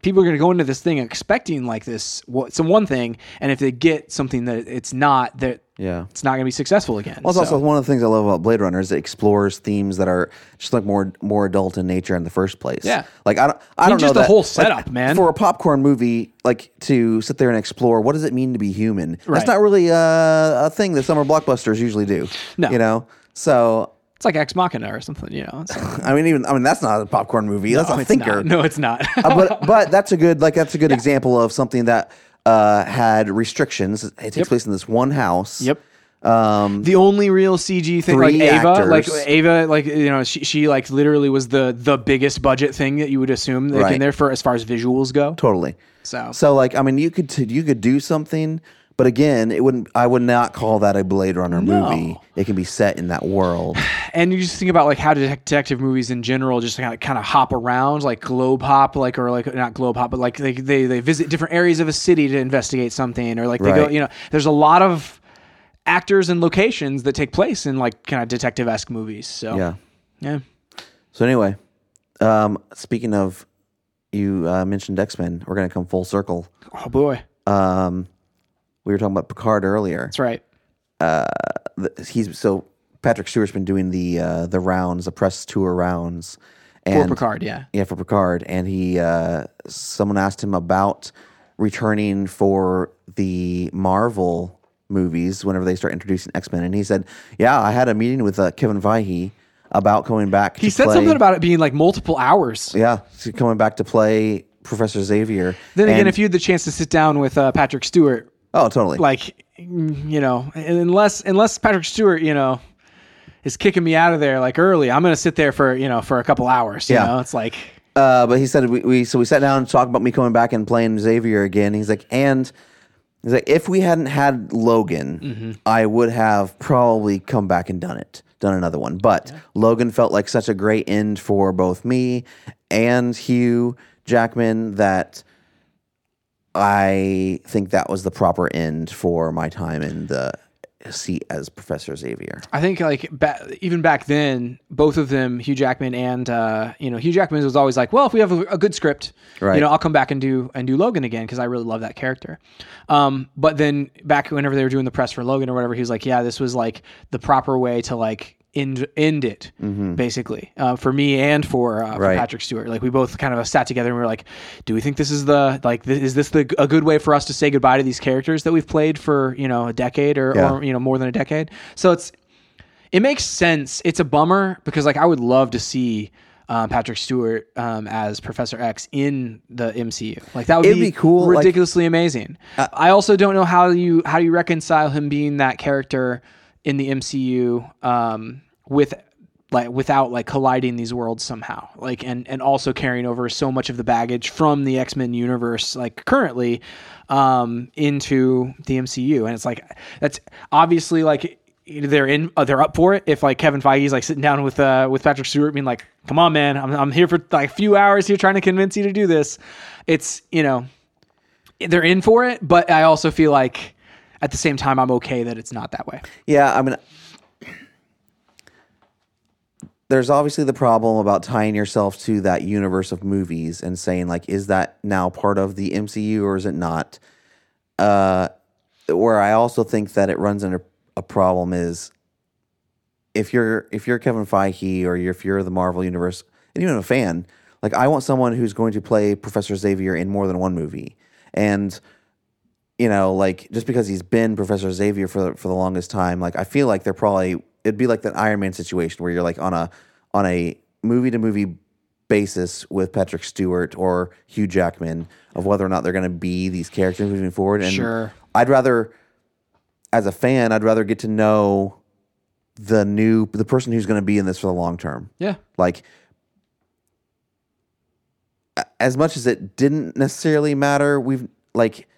people are gonna go into this thing expecting like this well, it's one thing, and if they get something that it's not that
Yeah.
it's not gonna be successful again.
Well, it's
So-
also one of the things I love about Blade Runner is it explores themes that are just like more more adult in nature in the first place.
Yeah.
like I don't, I don't
just
know
the
that-
whole
like,
setup, man.
For a popcorn movie, like to sit there and explore what does it mean to be human.
Right.
That's not really uh, a thing that summer blockbusters usually do.
No.
you know. So
it's like ex machina or something, you know. It's like,
I mean, even I mean that's not a popcorn movie. that's
no,
<laughs> a
it's
thinker.
not. <laughs> No, it's
<laughs>
not. <laughs>
Uh, but but that's a good like that's a good example of something that uh, had restrictions. It takes place in this one house.
Yep.
Um,
the only real CG thing, like
Three
Ava, like
actors.
Ava, like you know, she, she like literally was the the biggest budget thing that you would assume like, in
Right.
there for as far as visuals go.
totally.
So
So like I mean you could t- you could do something, but again it wouldn't I would not call that a Blade Runner movie. It can be set in that
<sighs>
world.
and you just think about like how detec- detective movies in general just kind of kind of hop around like globe hop like or like not globe hop but like they, they they visit different areas of a city to investigate something or like they go
Right.
you know there's a lot of actors and locations that take place in like kind of detective esque movies so
yeah.
yeah
So anyway, um, speaking of you uh, mentioned X Men, we're gonna come full circle.
oh boy
Um, we were talking about Picard earlier.
that's right
Th- He's so Patrick Stewart's been doing the uh, the rounds, the press tour rounds,
or
and
Picard yeah
yeah for Picard, and he uh, someone asked him about returning for the Marvel movies whenever they start introducing X Men, and he said, "Yeah, I had a meeting with uh, Kevin Feige about coming back."
he said something about it being like multiple hours
yeah so coming back to play Professor Xavier.
then again
And-
if you had the chance to sit down with uh, Patrick Stewart
oh totally
like mm, you know unless unless patrick stewart you know is kicking me out of there like early i'm gonna sit there for you know for a couple hours you
Yeah.
know it's like
Uh, but he said we, we so we sat down and talked about me coming back and playing Xavier again. He's like, and he's like, if we hadn't had Logan, I would have probably come back and done it, done another one. But Logan felt like such a great end for both me and Hugh Jackman that I think that was the proper end for my time in the seat as Professor Xavier.
i think like ba- even back then both of them hugh jackman and uh, you know hugh jackman was always like well if we have a, a good script you
Right.
know i'll come back and do and do logan again because i really love that character um, but then back whenever they were doing the press for logan or whatever he was like yeah this was like the proper way to like end end it basically uh, for me and for, uh, for
Mm-hmm. Right.
Patrick Stewart. Like we both kind of sat together and we were like, do we think this is the like th- is this the a good way for us to say goodbye to these characters that we've played for you know a decade or,
Yeah.
or you know more than a decade? So it's it makes sense. It's a bummer because like I would love to see. Um, Patrick Stewart um, as Professor X in the MCU, like that would
It'd be cool, like-
ridiculously amazing. I also don't know how you how you reconcile him being that character in the MCU um, with like without like colliding these worlds somehow, like and and also carrying over so much of the baggage from the X Men universe, like currently, um, into the MCU, and it's like that's obviously like they're in uh, they're up for it if like Kevin Feige's like sitting down with uh with Patrick Stewart being like come on man I'm I'm here for like a few hours here trying to convince you to do this it's you know they're in for it, but I also feel like at the same time I'm okay that it's not that way.
Yeah, I mean, there's obviously the problem about tying yourself to that universe of movies and saying like, is that now part of the MCU or is it not? Uh, where I also think that it runs into a problem is if you're if you're Kevin Feige or you're, if you're the Marvel universe and even a fan, like I want someone who's going to play Professor Xavier in more than one movie, and you know, like just because he's been Professor Xavier for the, for the longest time, like I feel like they're probably it'd be like that Iron Man situation where you're like on a on a movie to movie basis with Patrick Stewart or Hugh Jackman of whether or not they're going to be these characters moving forward. And
Sure.
I'd rather, as a fan, I'd rather get to know the new the person who's going to be in this for the long term.
Yeah.
Like a- as much as it didn't necessarily matter, we've like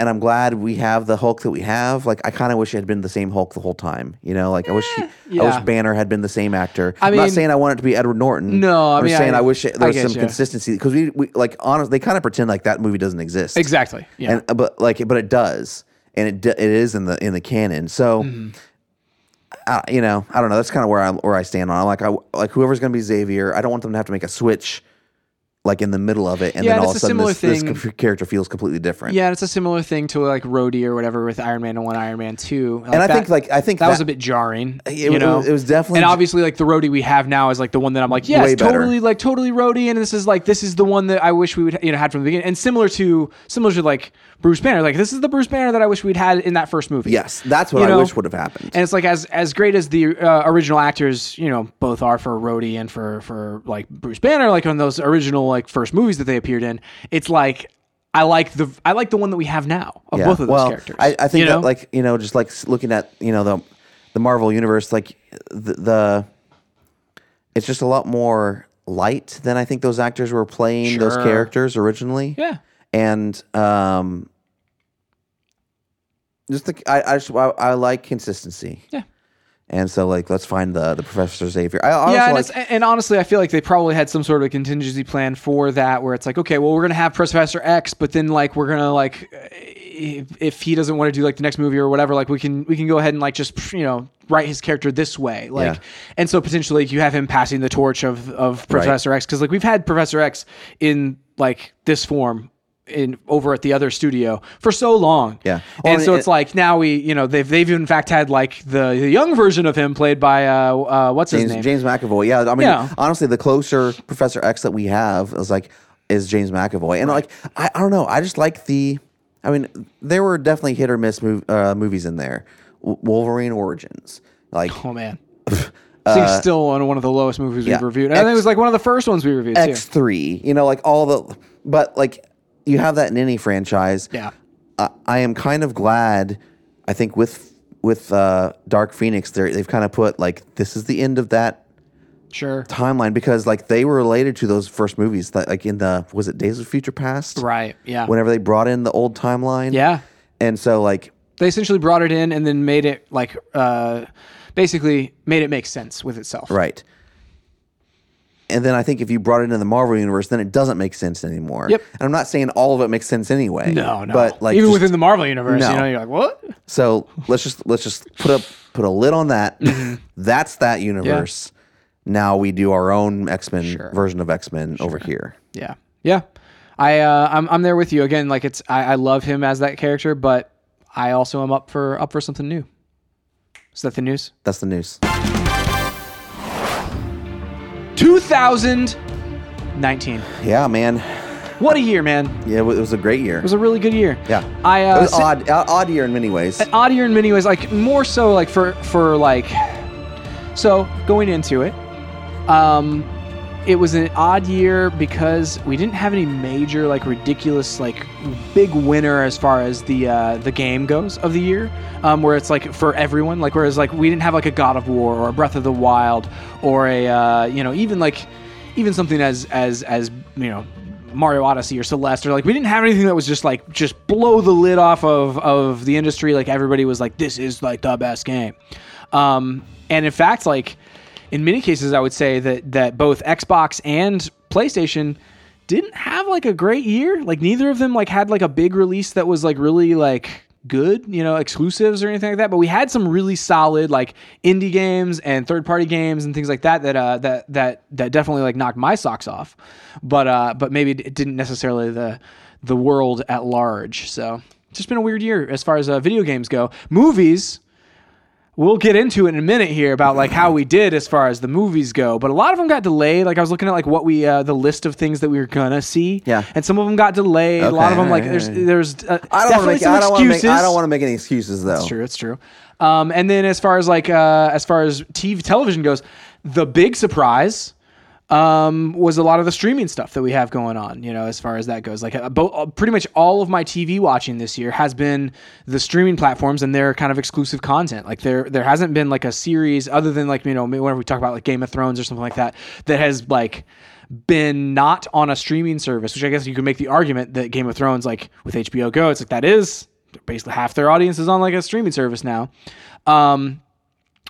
and I'm glad we have the Hulk that we have. Like I kind of wish it had been the same Hulk the whole time, you know? Like I wish he, I
Eh, yeah.
wish Banner had been the same actor.
I
I am not
mean-
saying I want it to be Edward Norton.
No, I
I'm
mean,
saying
I-
I, wish it,
I
there was
get
some
you.
consistency because we, we like honest they kind of pretend like that movie doesn't exist.
Exactly. Yeah.
And uh, but like but it does. And it d- it is in the in the canon. So
Mm-hmm.
I, you know, I don't know. That's kind of where I where I stand on. it. Like I like whoever's going to be Xavier, I don't want them to have to make a switch like in the middle of it and
Yeah,
then
and
all of a
it's a
sudden this,
similar
this
thing.
com- character feels completely different.
yeah, and it's a similar thing to like Rhodey or whatever with Iron Man 1, Iron Man 2.
And I think like I think
that, was a bit jarring.
it,
you know,
it was definitely
and obviously like the roadie we have now is like the one that I'm like, yeah,
Way
it's
better.
totally like totally roadie, and this is like this is the one that I wish we would you know had from the beginning, and similar to similar to like Bruce Banner, like this is the Bruce Banner that I wish we'd had in that first movie.
yes, that's what
You
I
know?
wish would have happened.
And it's like as as great as the uh, original actors, you know, both are for Rhodey and for for like Bruce Banner, like on those original like first movies that they appeared in. It's like I like the I like the one that we have now of
Yeah.
both of those
well,
characters.
I, I think
you know?
that like you know just like s- looking at you know the the Marvel universe like the, the it's just a lot more light than I think those actors were playing
Sure.
those characters originally.
yeah,
and um, just the I I, just, I I like consistency.
Yeah.
And so like let's find the the Professor Xavier. I also
yeah, and,
like
it's, and honestly, I feel like they probably had some sort of a contingency plan for that, where it's like, okay, well, we're gonna have Professor X, but then like we're gonna like, if, if he doesn't want to do like the next movie or whatever, like we can we can go ahead and like just you know write his character this way, like,
Yeah.
and so potentially you have him passing the torch of of Professor X because like we've had Professor X in like this form. In over at the other studio for so long,
Yeah.
and
Well,
so
it-
it's like now we, you know, they've they've in fact had like the, the young version of him played by uh, uh what's his
James,
name
James McAvoy. Yeah, I mean
Yeah.
honestly, the closer Professor X that we have is like is James McAvoy, and like I, I don't know, I just like the. I mean, there were definitely hit or miss mov- uh, movies in there. W- Wolverine Origins, like
Oh
<laughs>
man. I think it's still one one of the lowest movies
Uh, yeah.
we've reviewed. And I think it was like one of the first ones we reviewed
X three, you know, like all the, but like you have that in any franchise.
too. Yeah.
I, I am kind of glad. I think with with uh, Dark Phoenix, they they've kind of put like this is the end of that
Sure.
timeline because like they were related to those first movies that like in the was it Days of Future Past
Right. Yeah.
whenever they brought in the old timeline
Yeah.
and so like
They essentially brought it in and then made it like uh basically made it make sense with itself.
right and then I think if you brought it into the Marvel universe then it doesn't make sense anymore
Yep.
and I'm not saying all of it makes sense anyway
No, no.
but like
even
just-
within the Marvel universe, you
No.
know, you're like, what?
so let's just let's just put a put a lid on that
Mm-hmm.
that's that universe now we do our own X Men version of X Men over here
Yeah. Yeah. I uh I'm I'm there with you. Again, like it's I, I love him as that character, but I also am up for up for something new. Is that the news?
that's the news
2019.
yeah man
What a year, man. It
yeah it was a great year
was a really good year.
Yeah,
I uh,
it was
sit-
odd, o- odd year in many ways.
oddier in many ways like more so like for for like so going into it um it was an odd year because we didn't have any major like ridiculous like big winner as far as the uh the game goes of the year um where it's like for everyone like whereas like we didn't have like a god of war or a breath of the wild or a uh you know even like even something as as as you know Mario Odyssey or Celeste or like we didn't have anything that was just like just blow the lid off of of the industry like everybody was like this is like the best game. Um and in fact like in many cases I would say that that both Xbox and PlayStation didn't have like a great year. Like neither of them like had like a big release that was like really like good, you know, exclusives or anything like that. But we had some really solid like indie games and third party games and things like that that uh that that that definitely like knocked my socks off. But uh but maybe it didn't necessarily the the world at large. So it's just been a weird year as far as uh, video games go. Movies, we'll get into it in a minute here about like how we did as far as the movies go but a lot of them got delayed like i was looking at like what we uh, the list of things that we were gonna see
Yeah.
and some of them got delayed a lot of them like
Okay.
there's there's uh,
I don't
definitely
want to make.
some
I don't want to make.
excuses
I don't want to make any excuses though.
it's true it's true um, and then as far as like uh, as far as tv television goes the big surprise um, was a lot of the streaming stuff that we have going on, you know, as far as that goes. Like, uh, bo- uh, pretty much all of my TV watching this year has been the streaming platforms and their kind of exclusive content. Like, there there hasn't been like a series other than like you know whenever we talk about like Game of Thrones or something like that that has like been not on a streaming service. Which I guess you could make the argument that Game of Thrones, like with HBO Go, it's like that is basically half their audience is on like a streaming service now. Um,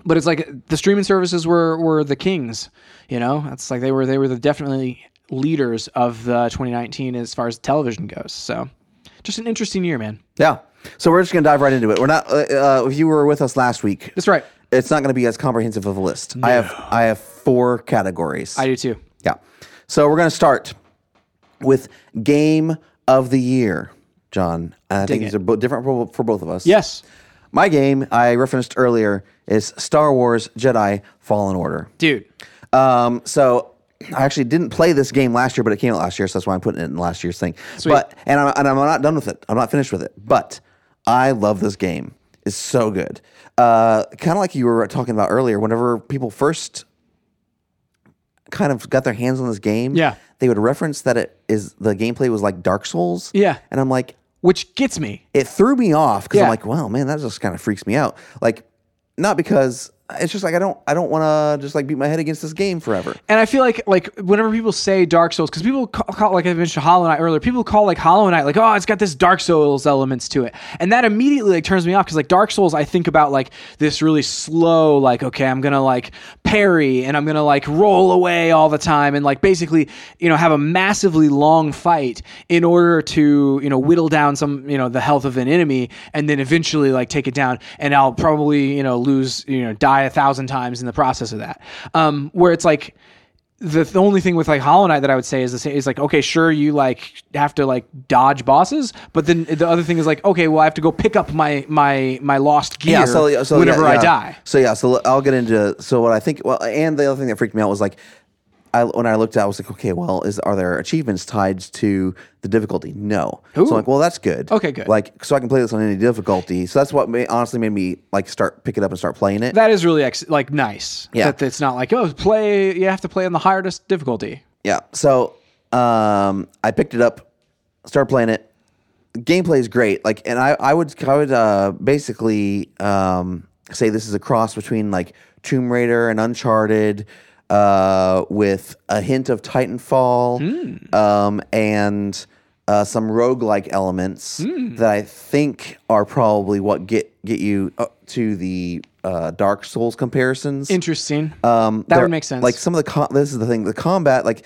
but it's like the streaming services were were the kings you know it's like they were they were the definitely leaders of the 2019 as far as television goes so just an interesting year man
Yeah. So we're just gonna dive right into it. We're not. Uh, uh, if you were with us last week,
that's right
it's not gonna be as comprehensive of a list. I have. I have four categories.
i do too
yeah. So we're gonna start with game of the year, John. And I think these are bo- different for, for both of us.
yes
My game I referenced earlier is Star Wars Jedi Fallen Order.
dude
Um, so I actually didn't play this game last year, but it came out last year, so that's why I'm putting it in last year's thing. But and I'm, and I'm not done with it. I'm not finished with it. But I love this game. It's so good. Uh, kind of like you were talking about earlier. Whenever people first kind of got their hands on this game,
Yeah.
they would reference that it is the gameplay was like Dark Souls.
Yeah.
and I'm like,
which gets me
it threw me off because
Yeah.
I'm like, wow, man, that just kind of freaks me out. Like, not because it's just like I don't, I don't want to just like beat my head against this game forever.
and I feel like like whenever people say Dark Souls, because people call, call like I mentioned Hollow Knight earlier, people call like Hollow Knight like oh it's got this Dark Souls elements to it, and that immediately like turns me off because like Dark Souls I think about like this really slow like okay I'm gonna like parry and I'm gonna like roll away all the time and like basically you know have a massively long fight in order to you know whittle down some you know the health of an enemy and then eventually like take it down and I'll probably you know lose you know die a thousand times in the process of that, um, where it's like the, the only thing with like Hollow Knight that I would say is the same is like okay sure you like have to like dodge bosses but then the other thing is like okay well I have to go pick up my my my lost gear whenever
yeah,
I
yeah.
die
So yeah, so I'll get into so what I think. Well, and the other thing that freaked me out was like, I when I looked at, it, I was like, okay, well, is are there achievements tied to the difficulty? No. So
Ooh.
I'm like, well, that's good.
Okay, good.
Like, so I can play this on any difficulty. So that's what ma- honestly made me like start pick it up and start playing it.
that is really ex- like nice
Yeah.
that it's not like oh play you have to play on the hardest difficulty
Yeah. So um, I picked it up, started playing it. Gameplay is great. Like, and I, I would, I would uh, basically um, say this is a cross between like Tomb Raider and Uncharted, uh, with a hint of Titanfall, um, and uh, some roguelike elements that I think are probably what get get you up to the uh, Dark Souls comparisons.
interesting
Um,
That would
there-
make sense.
Like some of the com- this is the thing the combat like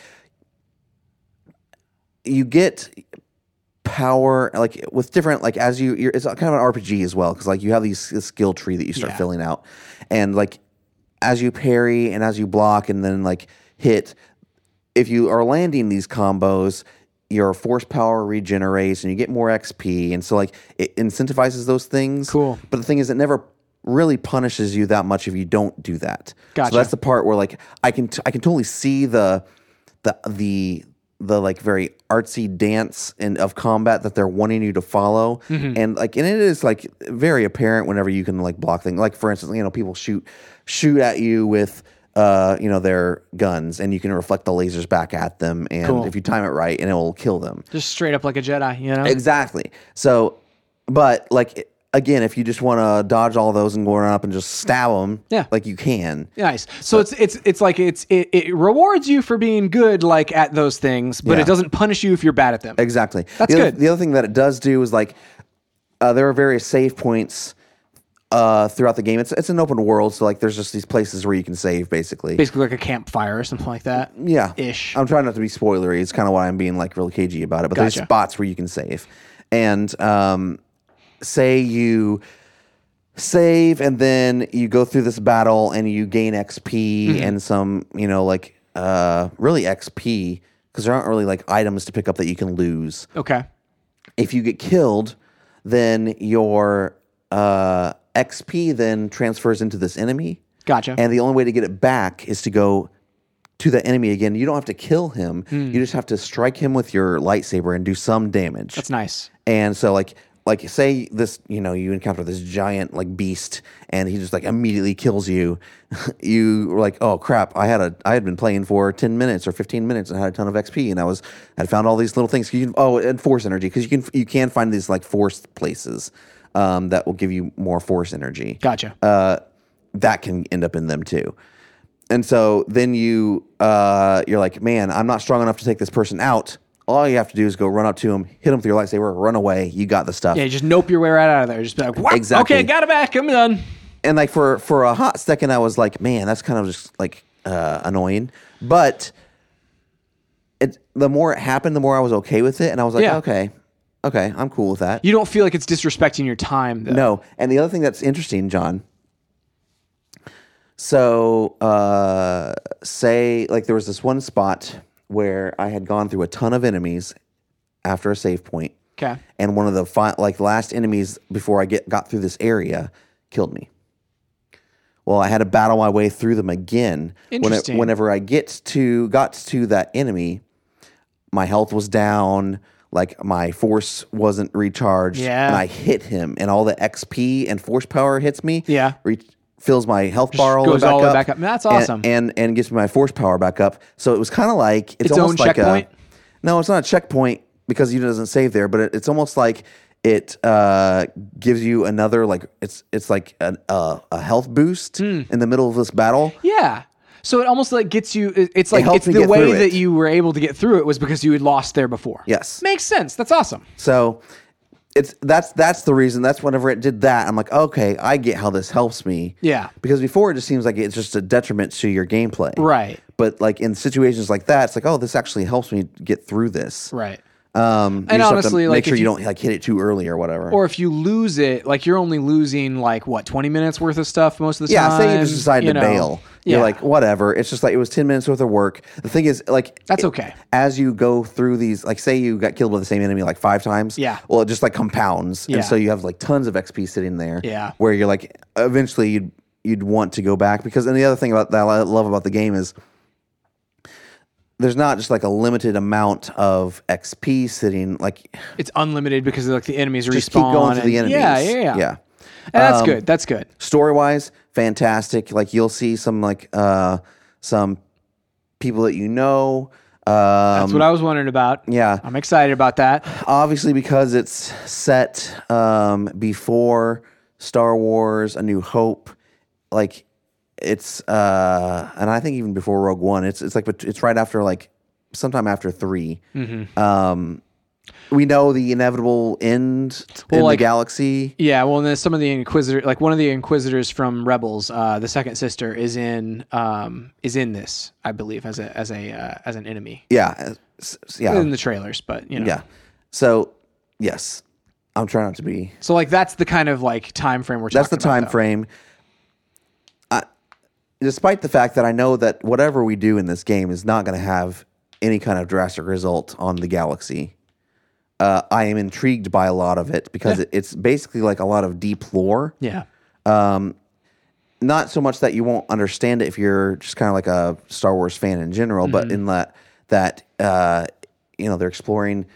you get power like with different like as you you're, it's kind of an RPG as well because like you have these this skill tree that you start
Yeah.
filling out and like as you parry and as you block and then like hit if you are landing these combos your force power regenerates and you get more XP and so like it incentivizes those things
Cool.
but the thing is it never really punishes you that much if you don't do that
Gotcha.
so that's the part where like I can t- I can totally see the the the the like very artsy dance and of combat that they're wanting you to follow
Mm-hmm.
and like and it is like very apparent whenever you can like block things like for instance you know people shoot shoot at you with uh you know their guns and you can reflect the lasers back at them and if you time it right and it will kill them
just straight up like a Jedi you know
Exactly. So, but like again, if you just want to dodge all those and go around up and just stab them,
Yeah.
like you can.
Nice. So it's it's it's like it's it, it rewards you for being good like at those things, but
Yeah.
it doesn't punish you if you're bad at them.
Exactly.
That's
the other,
good.
The other thing that it does do is like uh, there are various save points uh, throughout the game. It's it's an open world, so like there's just these places where you can save basically.
Basically, like a campfire or something like that.
yeah,
ish.
I'm trying not to be spoilery. It's kind of why I'm being like really cagey about it. But
Gotcha.
there's spots where you can save, and um, say you save, and then you go through this battle, and you gain XP
Mm-hmm.
and some, you know, like uh, really XP because there aren't really like items to pick up that you can lose
Okay.
if you get killed, then your uh, XP then transfers into this enemy.
Gotcha.
And the only way to get it back is to go to that enemy again. You don't have to kill him. You just have to strike him with your lightsaber and do some damage.
That's nice.
And so like like say this, you know, you encounter this giant like beast and he just like immediately kills you. <laughs> you were like, "Oh crap, I had a I had been playing for 10 minutes or 15 minutes and I had a ton of XP and I was I found all these little things you can, oh, and force energy because you can you can find these like force places um, that will give you more force energy
Gotcha.
uh, that can end up in them too. And so then you uh, you're like, man, I'm not strong enough to take this person out. All you have to do is go run up to him, hit him with your lightsaber, run away. You got the stuff.
yeah, you just nope your way right out of there. Just be like, what?
Exactly.
Okay, got it back. I'm done.
And like for for a hot second, I was like, man, that's kind of just like uh, annoying. But it the more it happened, the more I was okay with it, and I was like,
Yeah.
okay, okay, I'm cool with that.
You don't feel like it's disrespecting your time, though.
No. And the other thing that's interesting, John. So, uh, say like there was this one spot where I had gone through a ton of enemies after a save point,
Okay.
and one of the fi- like last enemies before I get got through this area killed me. Well, I had to battle my way through them again. When-
Interesting.
whenever I get to got to that enemy, my health was down, like my force wasn't recharged,
Yeah.
and I hit him, and all the XP and force power hits me.
Yeah.
re- fills my health bar all,
goes
the way
all the
back
way
up,
back up. That's
and-
awesome.
and, and gives me my force power back up. So it was kind of like it's,
Its own
almost like
checkpoint?
A, no, it's not a checkpoint because you doesn't save there, but it, it's almost like it uh, gives you another like it's it's like an, uh, a health boost
Hmm.
in the middle of this battle.
Yeah. So it almost like gets you. it- It's like
helps
it's
me
the
get
way
through
that
it.
you were able to get through it was because you had lost there before.
Yes.
Makes sense. That's awesome.
So it's that's that's the reason. That's whenever it did that, I'm like, okay, I get how this helps me.
Yeah.
Because before it just seems like it's just a detriment to your gameplay.
Right.
But like in situations like that, it's like, oh, this actually helps me get through this.
Right.
Um, you
And
just have to
honestly,
make
like,
sure
if
you,
you-
don't like hit it too early or whatever.
Or if you lose it, like you're only losing like what twenty minutes worth of stuff most of the
yeah,
time.
say you just decide
you
to
know.
bail. You're
Yeah.
like, whatever. It's just like it was ten minutes worth of work. The thing is, like,
That's
it-
okay.
as you go through these, like, say you got killed by the same enemy like five times.
Yeah.
Well, it just like compounds,
Yeah.
and so you have like tons of XP sitting there.
Yeah.
Where you're like, eventually you'd you'd want to go back because, and the other thing about that I love about the game is there's not just like a limited amount of XP sitting. Like,
it's unlimited because like the enemies
just
respawn.
keep going to the
and-
enemies.
Yeah, yeah, yeah.
Yeah. Um,
And that's good. That's good.
story wise, fantastic. Like you'll see some like uh some people that you know. Um,
That's what I was wondering about.
yeah,
I'm excited about that.
obviously because it's set um, before Star Wars: A New Hope. Like it's uh, and I think even before Rogue One. It's it's like bet- it's right after like sometime after 3
Mm-hmm.
Um, we know the inevitable end in
like-
the galaxy.
Yeah, well, and then some of the inquisitor, like one of the inquisitors from Rebels, uh, the second sister is in um, is in this, I believe, as a as a uh, as an enemy
Yeah, s- s- yeah.
in the trailers. But you know,
Yeah. So, yes, I'm trying not to be.
so like that's the kind of like time frame we're
That's the
talking about,
time
though.
frame. I, despite the fact that I know that whatever we do in this game is not going to have any kind of drastic result on the galaxy, uh, I am intrigued by a lot of it because it, it's basically like a lot of deep lore.
Yeah,
not so much that you won't understand it if you're just kind of like a Star Wars fan in general, but in that that uh, you know they're exploring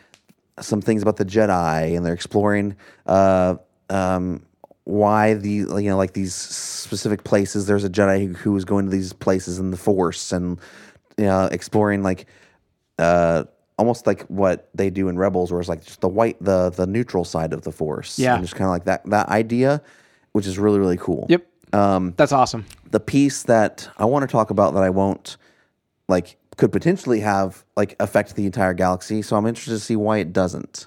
some things about the Jedi and they're exploring uh, um, why the you know like these specific places. There's a Jedi who, who was going to these places in the Force and you know exploring like uh, almost like what they do in Rebels, where it's like just the white the the neutral side of the Force.
Yeah.
and just kind of like that that idea, which is really really cool
yep, um, that's awesome.
the piece that I want to talk about that I won't like could potentially have like affect the entire galaxy. So I'm interested to see why it doesn't.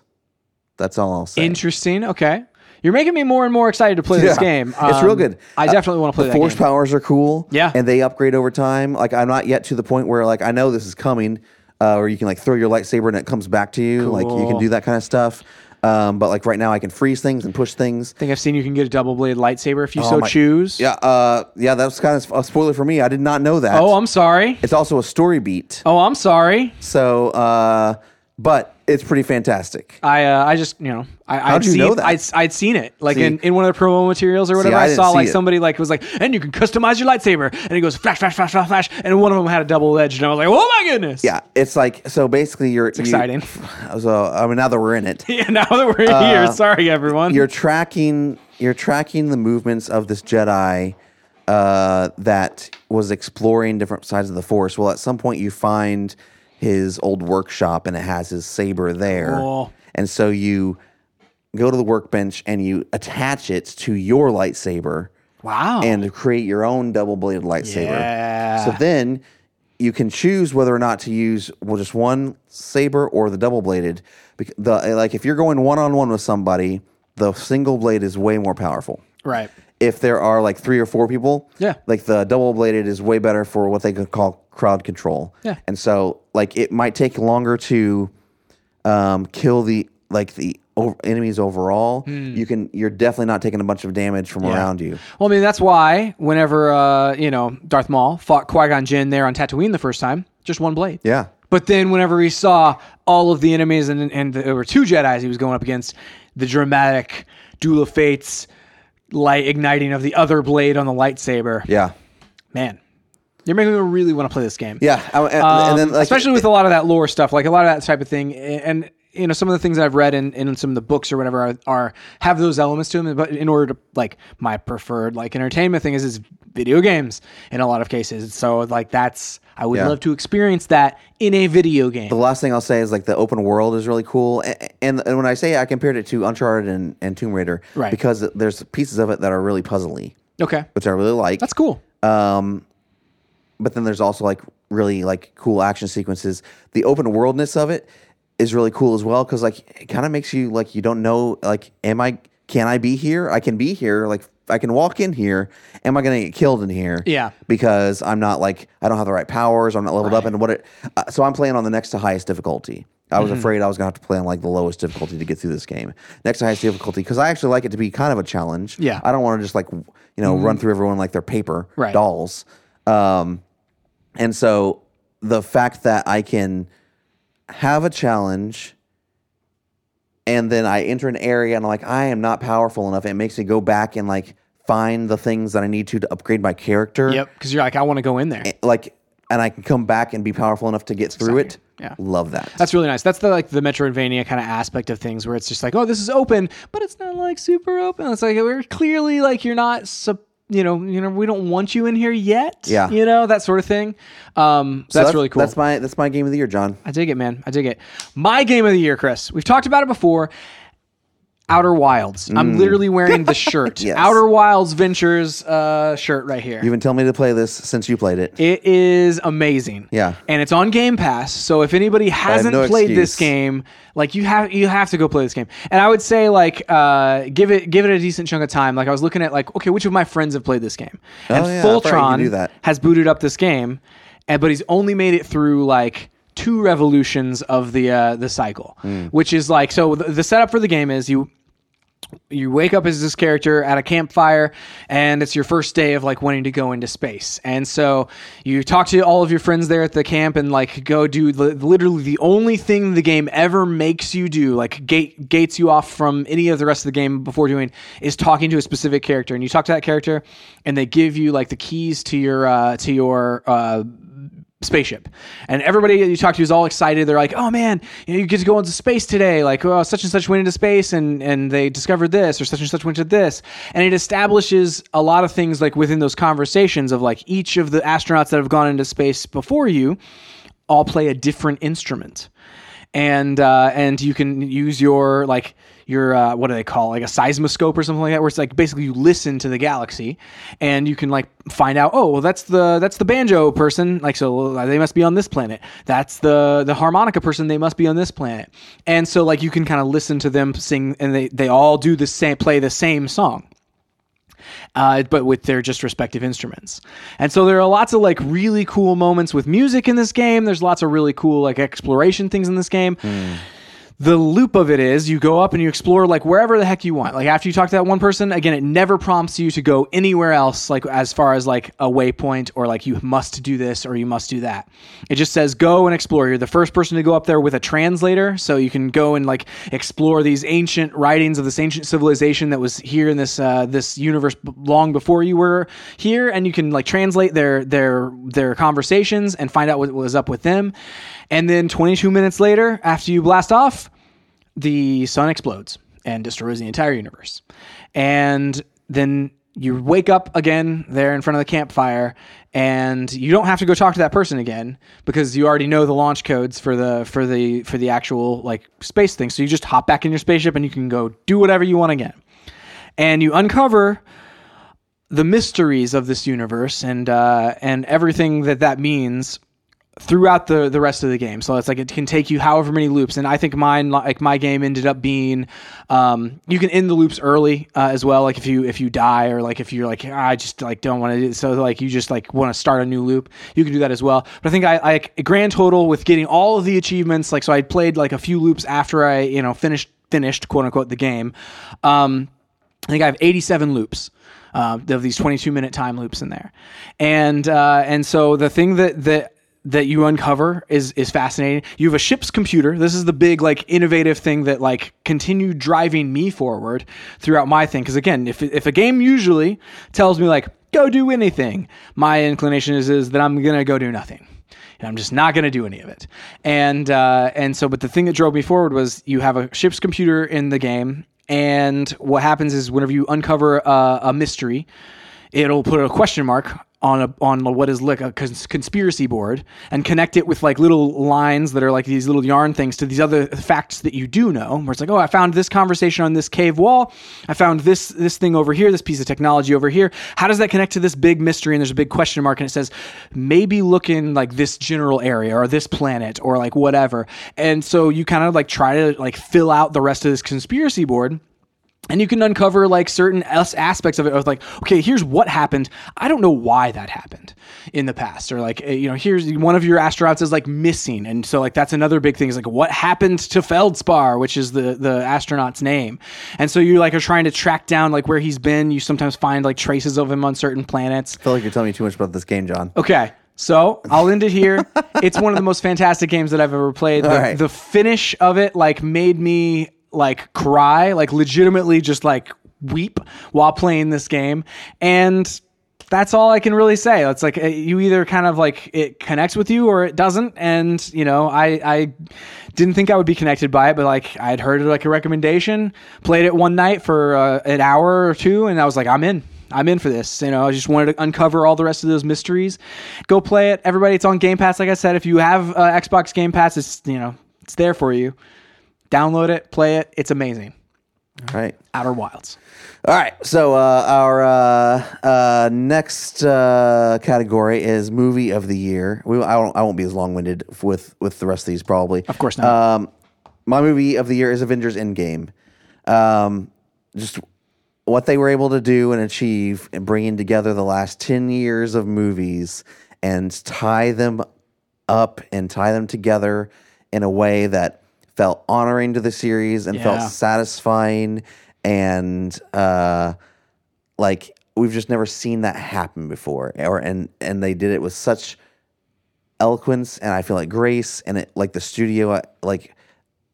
That's all I'll say.
Interesting. Okay. You're making me more and more excited to play this
Yeah.
game.
<laughs>
Um,
It's real good.
I
Uh,
definitely want to play
the
that
force
game.
powers are cool.
Yeah.
and they upgrade over time. Like I'm not yet to the point where like I know this is coming, uh, where you can like throw your lightsaber and it comes back to you. Like you
Cool.
can do that kind of stuff. Um, but like right now, I can freeze things and push things.
I think I've seen you can get a double bladed lightsaber if you so
Oh my-
choose.
Yeah, uh, yeah, that was kind of a spoiler for me. I did not know that.
Oh, I'm sorry.
it's also a story beat.
Oh, I'm sorry.
So, uh, but it's pretty fantastic.
I uh, I just you know I I'd
How'd you
seen,
know that?
I'd, I'd seen it like
See.
in, in one of the promo materials or whatever.
I
I,
didn't
saw
see
like
it.
somebody like was like, and you can customize your lightsaber, and it goes flash, flash, flash, flash, flash, and one of them had a double edge, and I was like, oh my goodness,
Yeah, it's like so. Basically, you're it's
exciting.
<laughs> so I mean, now that we're
<laughs>
in it,
<laughs> Yeah, now that we're here, sorry everyone.
Uh, you're tracking you're tracking the movements of this Jedi uh, that was exploring different sides of the Force. Well, at some point you find his old workshop and it has his saber there,
Cool.
and so you go to the workbench and you attach it to your lightsaber
wow.
and create your own double bladed lightsaber.
Yeah.
So then you can choose whether or not to use well just one saber or the double bladed. Bec- The like if you're going one on one with somebody, the single blade is way more powerful.
right.
If there are like three or four people,
Yeah.
like the double bladed is way better for what they could call crowd control.
Yeah.
and so like it might take longer to um, kill the like the o- enemies overall.
Hmm.
You can you're definitely not taking a bunch of damage from around you.
Well, I mean, that's why whenever uh, you know Darth Maul fought Qui Gon Jinn there on Tatooine the first time, just one blade.
Yeah.
But then whenever he saw all of the enemies and and there were two Jedi's he was going up against, the dramatic duel of fates, light igniting of the other blade on the lightsaber.
Yeah.
Man, you're making me really want to play this game.
Yeah, I- and, and then
Um,
like,
especially with a lot of that lore stuff, like a lot of that type of thing, and you know some of the things that I've read in, in some of the books or whatever are, are have those elements to them. But in order to like my preferred like entertainment thing is is video games in a lot of cases. So like that's I would
Yeah.
love to experience that in a video game.
the last thing I'll say is like the open world is really cool, and and, and when I say I compared it to Uncharted and, and Tomb Raider,
Right.
Because there's pieces of it that are really puzzly,
Okay,
which I really like.
that's cool.
But then there's also like really like cool action sequences. The open worldness of it is really cool as well because like it kind of makes you like you don't know like am I can I be here? I can be here. Like I can walk in here. Am I gonna get killed in here?
Yeah.
because I'm not like I don't have the right powers. I'm not leveled up, and what it. Uh, so I'm playing on the next to highest difficulty. I
Mm-hmm.
was afraid I was gonna have to play on like the lowest difficulty to get through this game. Next to highest difficulty because I actually like it to be kind of a challenge.
Yeah. Mm-hmm.
I don't want to just like w- you know run through everyone like they're paper
Right.
dolls. Um, and so the fact that I can have a challenge and then I enter an area and I'm like, I am not powerful enough. It makes me go back and like find the things that I need to to upgrade my character.
Yep, because you're like I want to go in there.
Like, and I can come back and be powerful enough to get through
exciting.
it.
Yeah.
Love that.
That's really nice. That's the like the Metroidvania kind of aspect of things where it's just like, oh, this is open, but it's not like super open. It's like we're clearly like you're not sup- you know, you know, we don't want you in here yet.
Yeah.
You know, that sort of thing. Um
So
that's, really cool.
That's my that's my game of the year, John.
I dig it, man. I dig it. My game of the year, Chris. We've talked about it before. Outer Wilds. I'm literally wearing
<laughs>
the shirt.
Mm. Yes.
Outer Wilds Ventures uh, shirt right here.
You've been telling me to play this since you played it.
It is amazing.
Yeah.
And it's on Game Pass. So if anybody hasn't
no
played this
excuse.
game, like you have you have to go play this game. And I would say like uh give it give it a decent chunk of time. Like I was looking at like, okay, which of my friends have played this game? And
Oh, yeah, I forgot you
Fultron
could do that.
has booted up this game, and but he's only made it through like two revolutions of the uh the cycle.
Hmm.
Which is like so the, the setup for the game is you you wake up as this character at a campfire and it's your first day of like wanting to go into space and so you talk to all of your friends there at the camp and like go do li- literally the only thing the game ever makes you do like gate gates you off from any of the rest of the game before doing is talking to a specific character and you talk to that character and they give you like the keys to your uh to your uh spaceship. And everybody you talk to is all excited. They're like, "Oh man, you, know, you get to go into space today! Like, oh, such and such went into space, and and they discovered this, or such and such went to this." And it establishes a lot of things like within those conversations of like each of the astronauts that have gone into space before you all play a different instrument. and uh, and you can use your like your uh, what do they call like a seismoscope or something like that, where it's like basically you listen to the galaxy, and you can like find out oh well that's the that's the banjo person like so they must be on this planet. That's the the harmonica person they must be on this planet, and so like you can kind of listen to them sing, and they they all do the same play the same song uh, but with their just respective instruments. And so there are lots of like really cool moments with music in this game. There's lots of really cool like exploration things in this game. The loop of it is you go up and you explore like wherever the heck you want. Like after you talk to that one person, again, it never prompts you to go anywhere else, like as far as like a waypoint or like you must do this or you must do that. It just says go and explore. You're the first person to go up there with a translator, so you can go and like explore these ancient writings of this ancient civilization that was here in this uh, this universe b- long before you were here, and you can like translate their their their conversations and find out what was up with them. And then 22 minutes later, after you blast off, the sun explodes and destroys the entire universe. And then you wake up again there in front of the campfire and you don't have to go talk to that person again because you already know the launch codes for the for the for the actual like space thing. So you just hop back in your spaceship and you can go do whatever you want again. And you uncover the mysteries of this universe and uh, and everything that that means throughout the the rest of the game. So it's like it can take you however many loops. And I think mine like my game ended up being um, you can end the loops early uh, as well. Like if you if you die or like if you're like I just like don't want to do so like you just like want to start a new loop, you can do that as well. But I think I I grand total with getting all of the achievements like so I played like a few loops after I you know finished finished quote unquote the game. Um, I think I have 87 loops uh, of these 22 minute time loops in there, and uh, and so the thing that that that you uncover is is fascinating. You have a ship's computer. This is the big like innovative thing that like continued driving me forward throughout my thing. Because again, if if a game usually tells me like go do anything, my inclination is is that I'm gonna go do nothing and I'm just not going to do any of it. And uh, and so, but the thing that drove me forward was you have a ship's computer in the game, and what happens is whenever you uncover a, a mystery, it'll put a question mark on a on what is like a cons- conspiracy board and connect it with like little lines that are like these little yarn things to these other facts that you do know where it's like oh i found this conversation on this cave wall i found this this thing over here this piece of technology over here how does that connect to this big mystery and there's a big question mark and it says maybe look in like this general area or this planet or like whatever and so you kind of like try to like fill out the rest of this conspiracy board and you can uncover like certain as- aspects of it of like okay here's what happened i don't know why that happened in the past or like eh, you know here's one of your astronauts is like missing and so like that's another big thing is like what happened to feldspar which is the the astronaut's name and so you like are trying to track down like where he's been you sometimes find like traces of him on certain planets
I feel like you're telling me too much about this game, John.
Okay. So I'll end it here. it's one of the most fantastic games that I've ever played. The,
right.
the finish of it like made me like cry, like legitimately just like weep while playing this game. And that's all I can really say. It's like uh, you either kind of like it connects with you or it doesn't. And you know, I I didn't think I would be connected by it, but like I'd heard it like a recommendation, played it one night for uh, an hour or two, and I was like, I'm in. I'm in for this. You know, I just wanted to uncover all the rest of those mysteries. Go play it, everybody. It's on Game Pass, like I said. If you have uh, Xbox Game Pass, it's you know it's there for you. Download it, play it. It's amazing.
All right.
Outer Wilds.
All right. So uh, our uh, uh, next uh, category is movie of the year. We I won't, I won't be as long winded with with the rest of these probably.
Of course not.
Um, my movie of the year is Avengers Endgame. Um, just what they were able to do and achieve in bringing together the last 10 years of movies and tie them up and tie them together in a way that felt honoring to the series and
Yeah.
felt satisfying and uh like we've just never seen that happen before or and and they did it with such eloquence and I feel like grace and it like the studio uh, like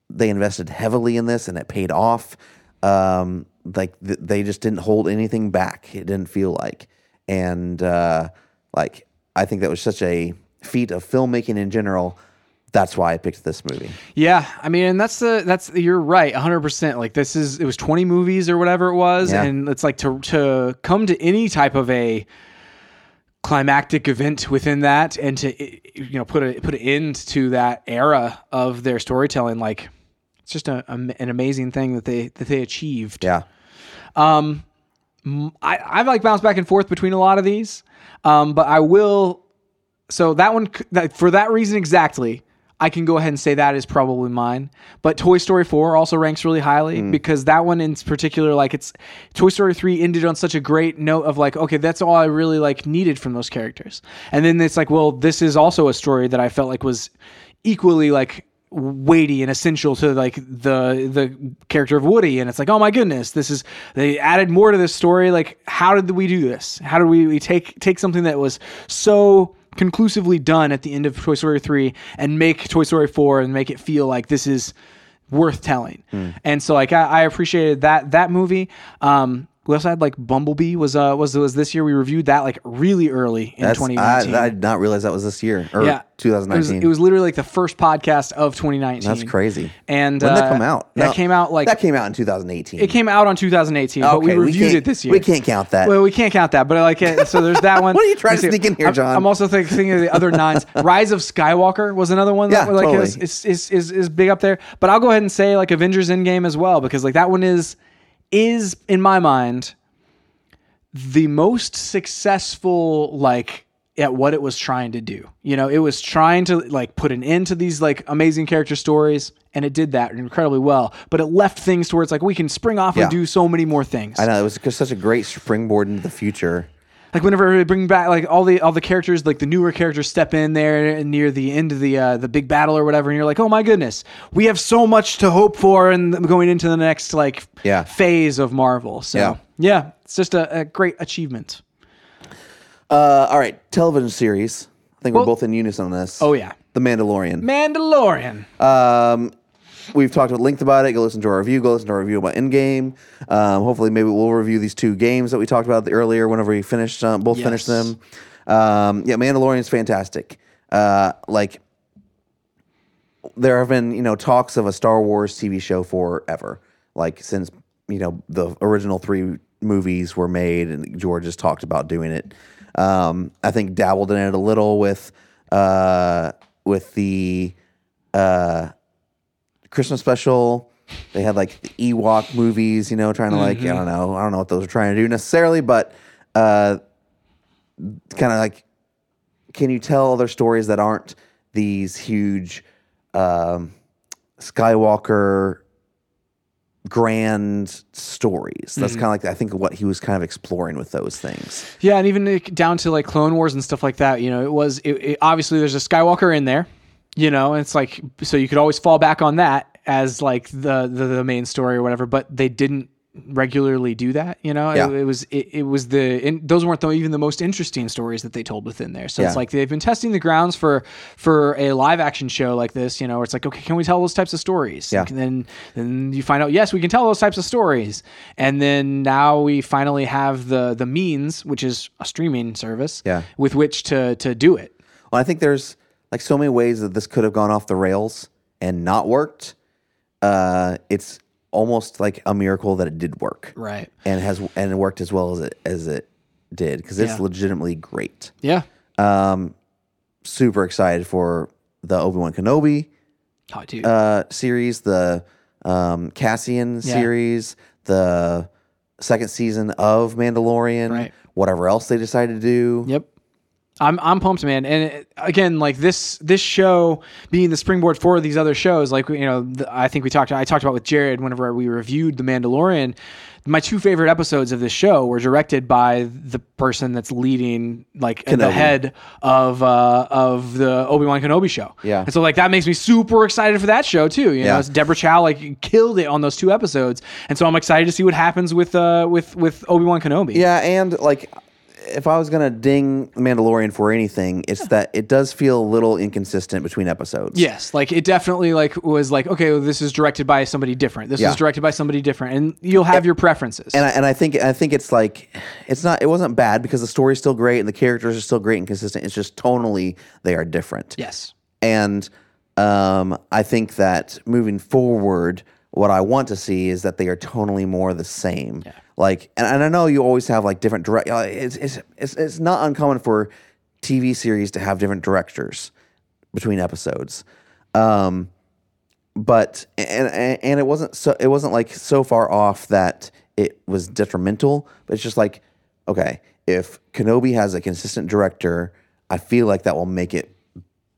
they invested heavily in this and it paid off. Um, like th- they just didn't hold anything back. It didn't feel like, and uh, like I think that was such a feat of filmmaking in general. That's why I picked this movie.
Yeah, I mean, and that's the that's you're right, 100. percent Like this is it was 20 movies or whatever it was,
Yeah.
and it's like to to come to any type of a climactic event within that and to i- you know put a put an end to that era of their storytelling like it's just a, a- an amazing thing that they that they achieved
Yeah.
I, I've like bounced back and forth between a lot of these, um, but I will. So that one, c- that, for that reason exactly, I can go ahead and say that is probably mine. But Toy Story Four also ranks really highly because that one in particular, like it's Toy Story Three ended on such a great note of like, okay, that's all I really like needed from those characters, and then it's like, well, this is also a story that I felt like was equally like weighty and essential to like the the character of Woody and it's like oh my goodness this is they added more to this story like how did we do this how did we, we take take something that was so conclusively done at the end of Toy Story 3 and make Toy Story 4 and make it feel like this is worth telling
Hmm.
and so like I, I appreciated that that movie um we also had like Bumblebee was uh was was this year we reviewed that like really early in
That's, I,
2019
I did not realize that was this year or
yeah, It
2019.
was, it was literally like the first podcast of 2019.
That's crazy.
And
When did that
uh,
come out?
That
No,
came out like
that came out in 2018.
it came out on 2018, but we
Okay, we
reviewed
can't-
it this year.
we can't count that.
Well, we can't count that, but like, uh, so there's
<laughs>
that one.
What are you trying to
Let's see.
sneak in here,
I'm-
John?
I'm also think- thinking of the
<laughs>
other nines. Rise of Skywalker was another one that
Yeah,
like
totally.
is, is, is is is big up there. But I'll go ahead and say like Avengers Endgame as well because like that one is is in my mind the most successful like at what it was trying to do. You know, it was trying to like put an end to these like amazing character stories and it did that incredibly well, but it left things to where it's like we can spring off
Yeah.
and do so many more things.
I know it was just such a great springboard into the future.
Like whenever they bring back like all the all the characters, like the newer characters step in there near the end of the uh, the big battle or whatever, and you're like, oh my goodness, we have so much to hope for, and going into the next like
Yeah.
phase of Marvel. So
Yeah.
yeah, it's just a, a great achievement.
Uh, all right, television series. I think we're both in unison on this.
Oh yeah,
The Mandalorian.
Mandalorian.
Um, we've talked at length about it. Go listen to our review. Go listen to our review about Endgame. Um, hopefully, maybe we'll review these two games that we talked about earlier. Whenever we finish, um, both
Yes.
finish them. Um, yeah, Mandalorian's fantastic. Uh, like there have been you know talks of a Star Wars TV show forever, like since you know the original three movies were made, and George has talked about doing it. Um, I think dabbled in it a little with uh, with the uh, Christmas special. They had like the Ewok movies, you know, trying to like I don't know, I don't know what those are trying to do necessarily, but uh, kind of like can you tell other stories that aren't these huge um, Skywalker grand stories? That's kind of like I think what he was kind of exploring with those things.
Yeah, and even like, down to like Clone Wars and stuff like that. You know, it was it, it- obviously there's a Skywalker in there. You know, and it's like so you could always fall back on that as like the the, the main story or whatever. But they didn't regularly do that. You know, It-
Yeah.
it, was it, it was the in, those weren't the, even the most interesting stories that they told within there. So
Yeah.
it's like they've been testing the grounds for for a live action show like this. You know, where it's like okay, can we tell those types of stories?
Yeah.
And then then you find out yes we can tell those types of stories and then now we finally have the the means which is a streaming service
Yeah.
with which to to do it
Well, I think there's like so many ways that this could have gone off the rails and not worked. Uh, it's almost like a miracle that it did work,
right
and has and it worked as well as it as it did because it's
Yeah.
legitimately great.
yeah
Super excited for the Obi Wan Kenobi.
oh dude
uh, series, the um, Cassian series, the second season of Mandalorian,
Right.
whatever else they decide to do.
Yep. I'm I'm pumped, man. And it, again, like this this show being the springboard for these other shows, like you know, the, I think we talked I talked about with Jared whenever we reviewed The Mandalorian. My two favorite episodes of this show were directed by the person that's leading, like at the
Kenobi.
head of uh, of the Obi Wan Kenobi show.
Yeah.
and so like that makes me super excited for that show too. You
Yeah.
know, it's Deborah Chow like killed it on those two episodes, and so I'm excited to see what happens with uh with with Obi Wan Kenobi.
Yeah, and like if I was gonna ding Mandalorian for anything, it's that it does feel a little inconsistent between episodes.
Yes, like it definitely like was like okay, well, this is directed by somebody different. This
Yeah.
was directed by somebody different, and you'll have your preferences.
And I, and I think I think it's like it's not it wasn't bad because the story's still great and the characters are still great and consistent. It's just tonally they are different.
yes,
And um, I think that moving forward, What I want to see is that they are tonally more the same. Like, and, and I know you always have like different direct. uh, It's, it's it's it's not uncommon for TV series to have different directors between episodes. Um, but and and and it wasn't so it wasn't like so far off that it was detrimental but it's just like okay if kenobi has a consistent director i feel like that will make it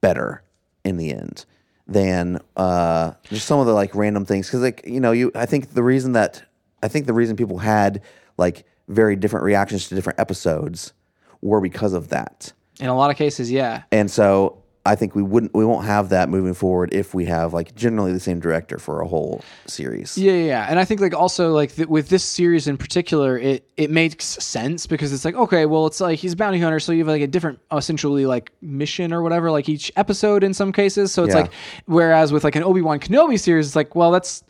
better in the end than uh just some of the like random things because like you know you i think the reason that i think the reason people had like very different reactions to different episodes were because of that
In a lot of cases, yeah.
and so I think we wouldn't we won't have that moving forward if we have like generally the same director for a whole series.
Yeah, yeah, yeah. And I think like also like th- with this series in particular, it it makes sense because it's like okay, well, it's like he's a bounty hunter, so you have like a different essentially like mission or whatever, like each episode in some cases. So it's
Yeah.
like whereas with like an Obi Wan Kenobi series, it's like well, that's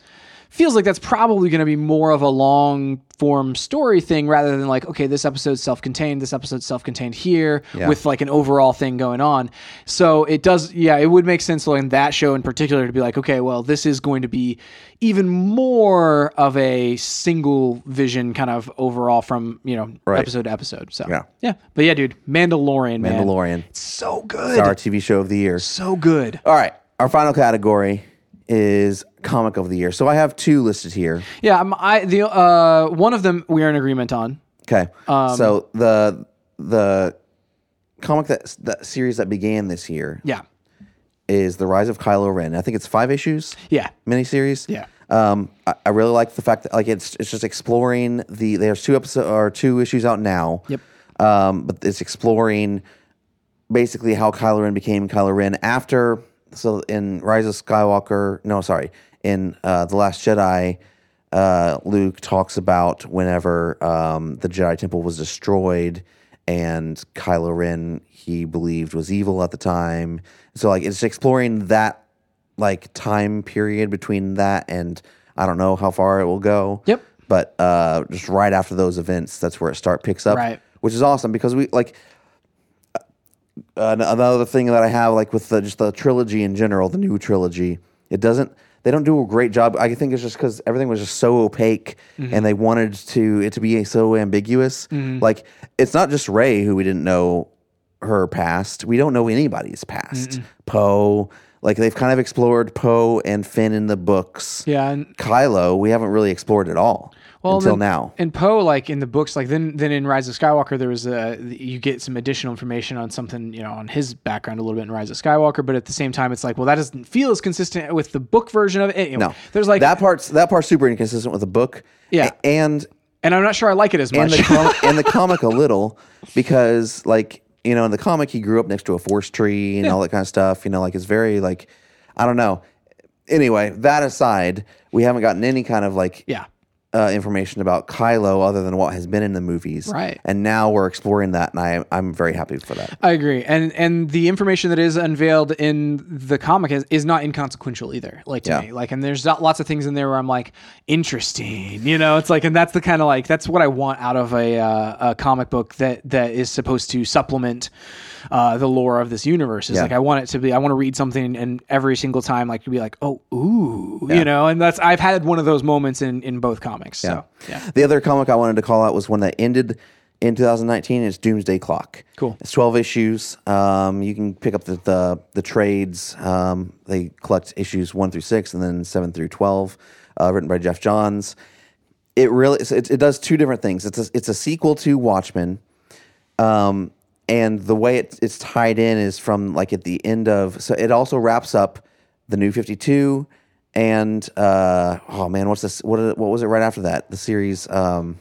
feels like that's probably going to be more of a long form story thing rather than like okay this episode's self-contained this episode's self-contained here with like an overall thing going on so it does yeah it would make sense like in that show in particular to be like okay well this is going to be even more of a single vision kind of overall from you know
Right.
episode to episode so
Yeah.
yeah but yeah dude mandalorian man.
Mandalorian,
It's so good
our TV show of the year.
so good
All right, our final category is comic of the year. So I have two listed here.
yeah I'm, i the uh one of them we are in agreement on
Okay,
Um,
so the the comic that that series that began this year
yeah
is the Rise of Kylo Ren. I think it's five issues.
yeah
miniseries.
Yeah.
Um, I, I really like the fact that like it's it's just exploring the there's two episode or two issues out now.
Yep.
Um, but it's exploring basically how Kylo Ren became Kylo Ren after so in Rise of Skywalker. No, sorry, in uh, the Last Jedi. Uh, Luke talks about whenever um, the Jedi Temple was destroyed, and Kylo Ren he believed was evil at the time. So like it's exploring that like time period between that and I don't know how far it will go.
Yep.
But uh, just right after those events, that's where it start picks up,
Right.
which is awesome because we like uh, an- another thing that I have like with the, just the trilogy in general, the new trilogy. It doesn't. They don't do a great job. I think it's just because everything was just so opaque,
Mm-hmm.
and they wanted to it to be so ambiguous. Like it's not just Ray who we didn't know her past. We don't know anybody's past. Poe, like they've kind of explored Poe and Finn in the books.
yeah and
Kylo, we haven't really explored at all
Well,
until
then-
now.
And Poe, like in the books, like then then in Rise of Skywalker, there was a you get some additional information on something you know on his background a little bit in Rise of Skywalker, but at the same time, it's like well that doesn't feel as consistent with the book version of it. Anyway,
No,
there's like
that part's that part's super inconsistent with the book.
Yeah.
A- and
and I'm not sure I like it as much.
and the com-
<laughs>
and the comic a little because like you know in the comic he grew up next to a forest tree and all that kind of stuff you know like it's very like i don't know anyway that aside we haven't gotten any kind of like
yeah,
uh, information about kylo other than what has been in the movies
Right.
and now we're exploring that and i i'm very happy for that
I agree. And and the information that is unveiled in the comic is, is not inconsequential either. Like to
Yeah.
me, like and there's not lots of things in there where I'm like interesting. You know, it's like and that's the kind of like that's what I want out of a uh, a comic book that that is supposed to supplement uh, the lore of this universe. Is like I want it to be. I want to read something and every single time like to be like oh ooh you know. And that's I've had one of those moments in in both comics. So yeah.
the other comic i wanted to call out was one that ended in 2019 it's doomsday clock
Cool.
It's 12 issues. Um, you can pick up the the, the trades. Um, they collect issues 1 through 6 and then 7 through 12, uh, written by Jeff Johns. It really so it, it does two different things. It's a, it's a sequel to Watchmen. Um, and the way it, it's tied in is from like at the end of so it also wraps up the new 52 and uh, oh man, what's this what what was it right after that? The series um,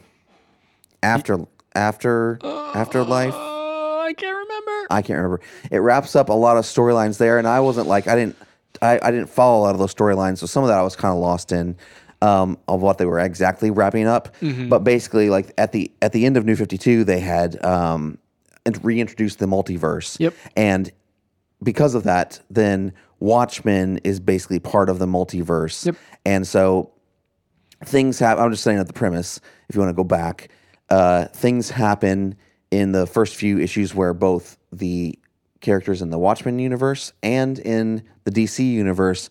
after after afterlife
Oh, I can't remember.
I can't remember. It wraps up a lot of storylines there, and I wasn't like I didn't I, I didn't follow a lot of those storylines, so some of that I was kind of lost in um, of what they were exactly wrapping up.
Mm-hmm.
But basically, like at the at the end of New Fifty Two, they had um, and reintroduced the multiverse.
Yep.
and because of that, then Watchmen is basically part of the multiverse.
Yep.
and so things happen. I'm just saying at the premise. If you want to go back, uh, things happen in the first few issues where both the characters in the Watchmen universe and in the DC universe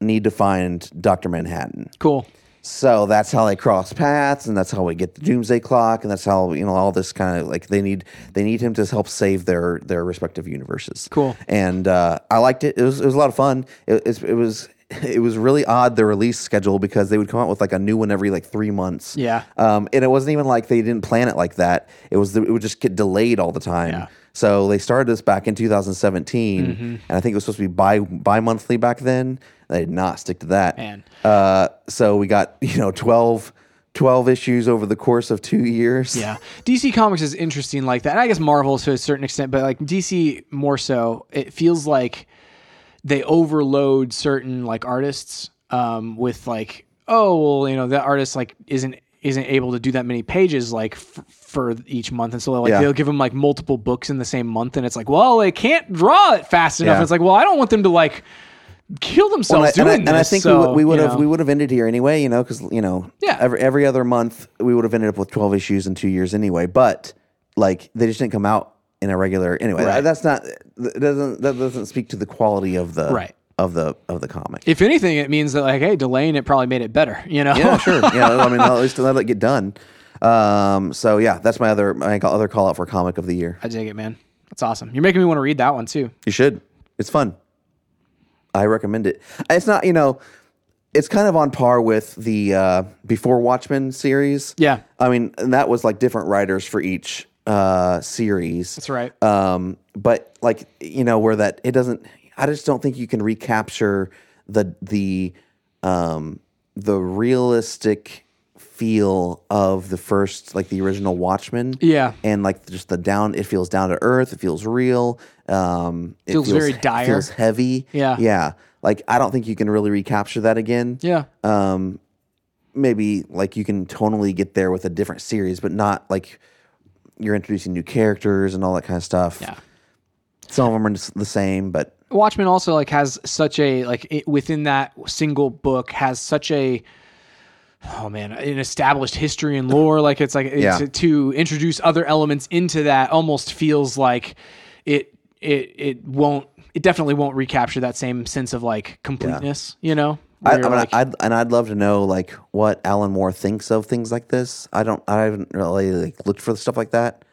need to find Dr. Manhattan.
Cool.
So that's how they cross paths, and that's how we get the Doomsday Clock, and that's how you know all this kind of like they need they need him to help save their their respective universes.
Cool.
And uh, I liked it. It was it was a lot of fun. It, it's- it was <laughs> it was really odd the release schedule because they would come out with like a new one every like three months.
Yeah.
Um, and it wasn't even like they didn't plan it like that. It was the, it would just get delayed all the time.
Yeah. Mm-hmm.
So they started this back in 2017, and I think it was supposed to be bi bi monthly back then. They did not stick to that.
Man.
Uh, so we got you know 12, 12 issues over the course of two years.
Yeah, DC Comics is interesting like that. And I guess Marvel to a certain extent, but like DC more so. It feels like they overload certain like artists um, with like, oh well, you know that artist like isn't isn't able to do that many pages like f- for each month, and so like
Yeah.
they'll give them like multiple books in the same month, and it's like, well, they can't draw it fast enough.
Yeah.
And it's like, well, I don't want them to like kill
And I,
themselves
and I-
doing
and I
this,
think
so,
we, would- we would
you
have
know.
we would have ended here anyway, you know, because you know,
Yeah.
every every other month we would have ended up with twelve issues in two years anyway. But like they just didn't come out in a regular anyway.
Right.
That's not that doesn't that doesn't speak to the quality of the
Right.
of the of the comic.
If anything, it means that like, hey, delaying it probably made it better. <laughs> You know,
Yeah, <laughs> sure. Yeah, I mean, at least let it get done. Um, so yeah, that's my other my other call out for comic of the year.
I dig it, man. That's awesome. You're making me want to read that one too.
You should. It's fun. I recommend it. It's not, you know, it's kind of on par with the uh, Before Watchmen series.
Yeah.
I mean, and that was like different writers for each uh, series.
That's right.
Um, but like you know, where that it doesn't. I just don't think you can recapture the the um, the realistic feel of the first like the original Watchmen.
Yeah.
and like just the down. It feels down to earth. It feels real. Um, it
Feels very dire.
Feels heavy.
Yeah.
yeah. Like I don't think you can really recapture that again
Yeah.
um maybe like you can tonally get there with a different series but not like you're introducing new characters and all that kind of stuff
Yeah.
some of them are just the same but
Watchmen also like has such a like it, within that single book has such a oh man an established history and lore like it's like it's,
Yeah.
to introduce other elements into that almost feels like it it it won't it definitely won't recapture that same sense of like completeness you know
I, I
Where
mean,
you're like,
I'd, and I'd love to know like what Alan Moore thinks of things like this. I don't. I haven't really like looked for stuff like that.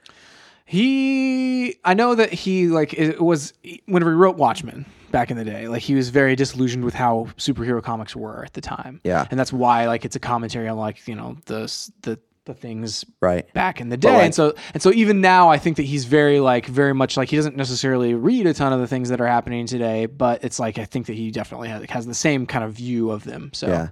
He, I know that he like it was whenever he wrote Watchmen back in the day. Like he was very disillusioned with how superhero comics were at the time.
Yeah.
and that's why like it's a commentary on like you know the s- the the things
Right.
back in the day.
like-
and so and so even now, I think that he's very like very much like he doesn't necessarily read a ton of the things that are happening today, but it's like I think that he definitely has, has the same kind of view of them. So
Yeah.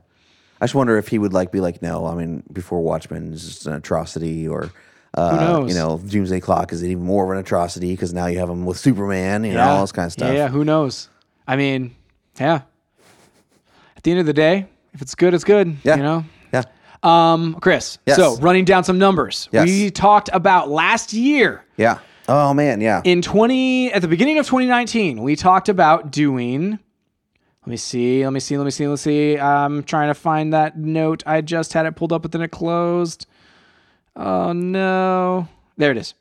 I just wonder if he would like be like, no. I mean, before Watchmen is just an atrocity, or uh,
knows?
you know, Doomsday Clock is even more of an atrocity because now you have him with Superman, you know, all this kind of stuff.
Yeah, yeah, who knows? I mean, yeah. At the end of the day, if it's good, it's good.
Yeah.
You know?
yeah.
Um, Chris,
Yes.
so running down some numbers.
Yes.
We talked about last year
Yeah. Oh man, yeah.
in 20 at the beginning of 2019, we talked about doing let me see, let me see, let me see, let me see. I'm trying to find that note. I just had it pulled up, but then it closed. Oh no. There it is.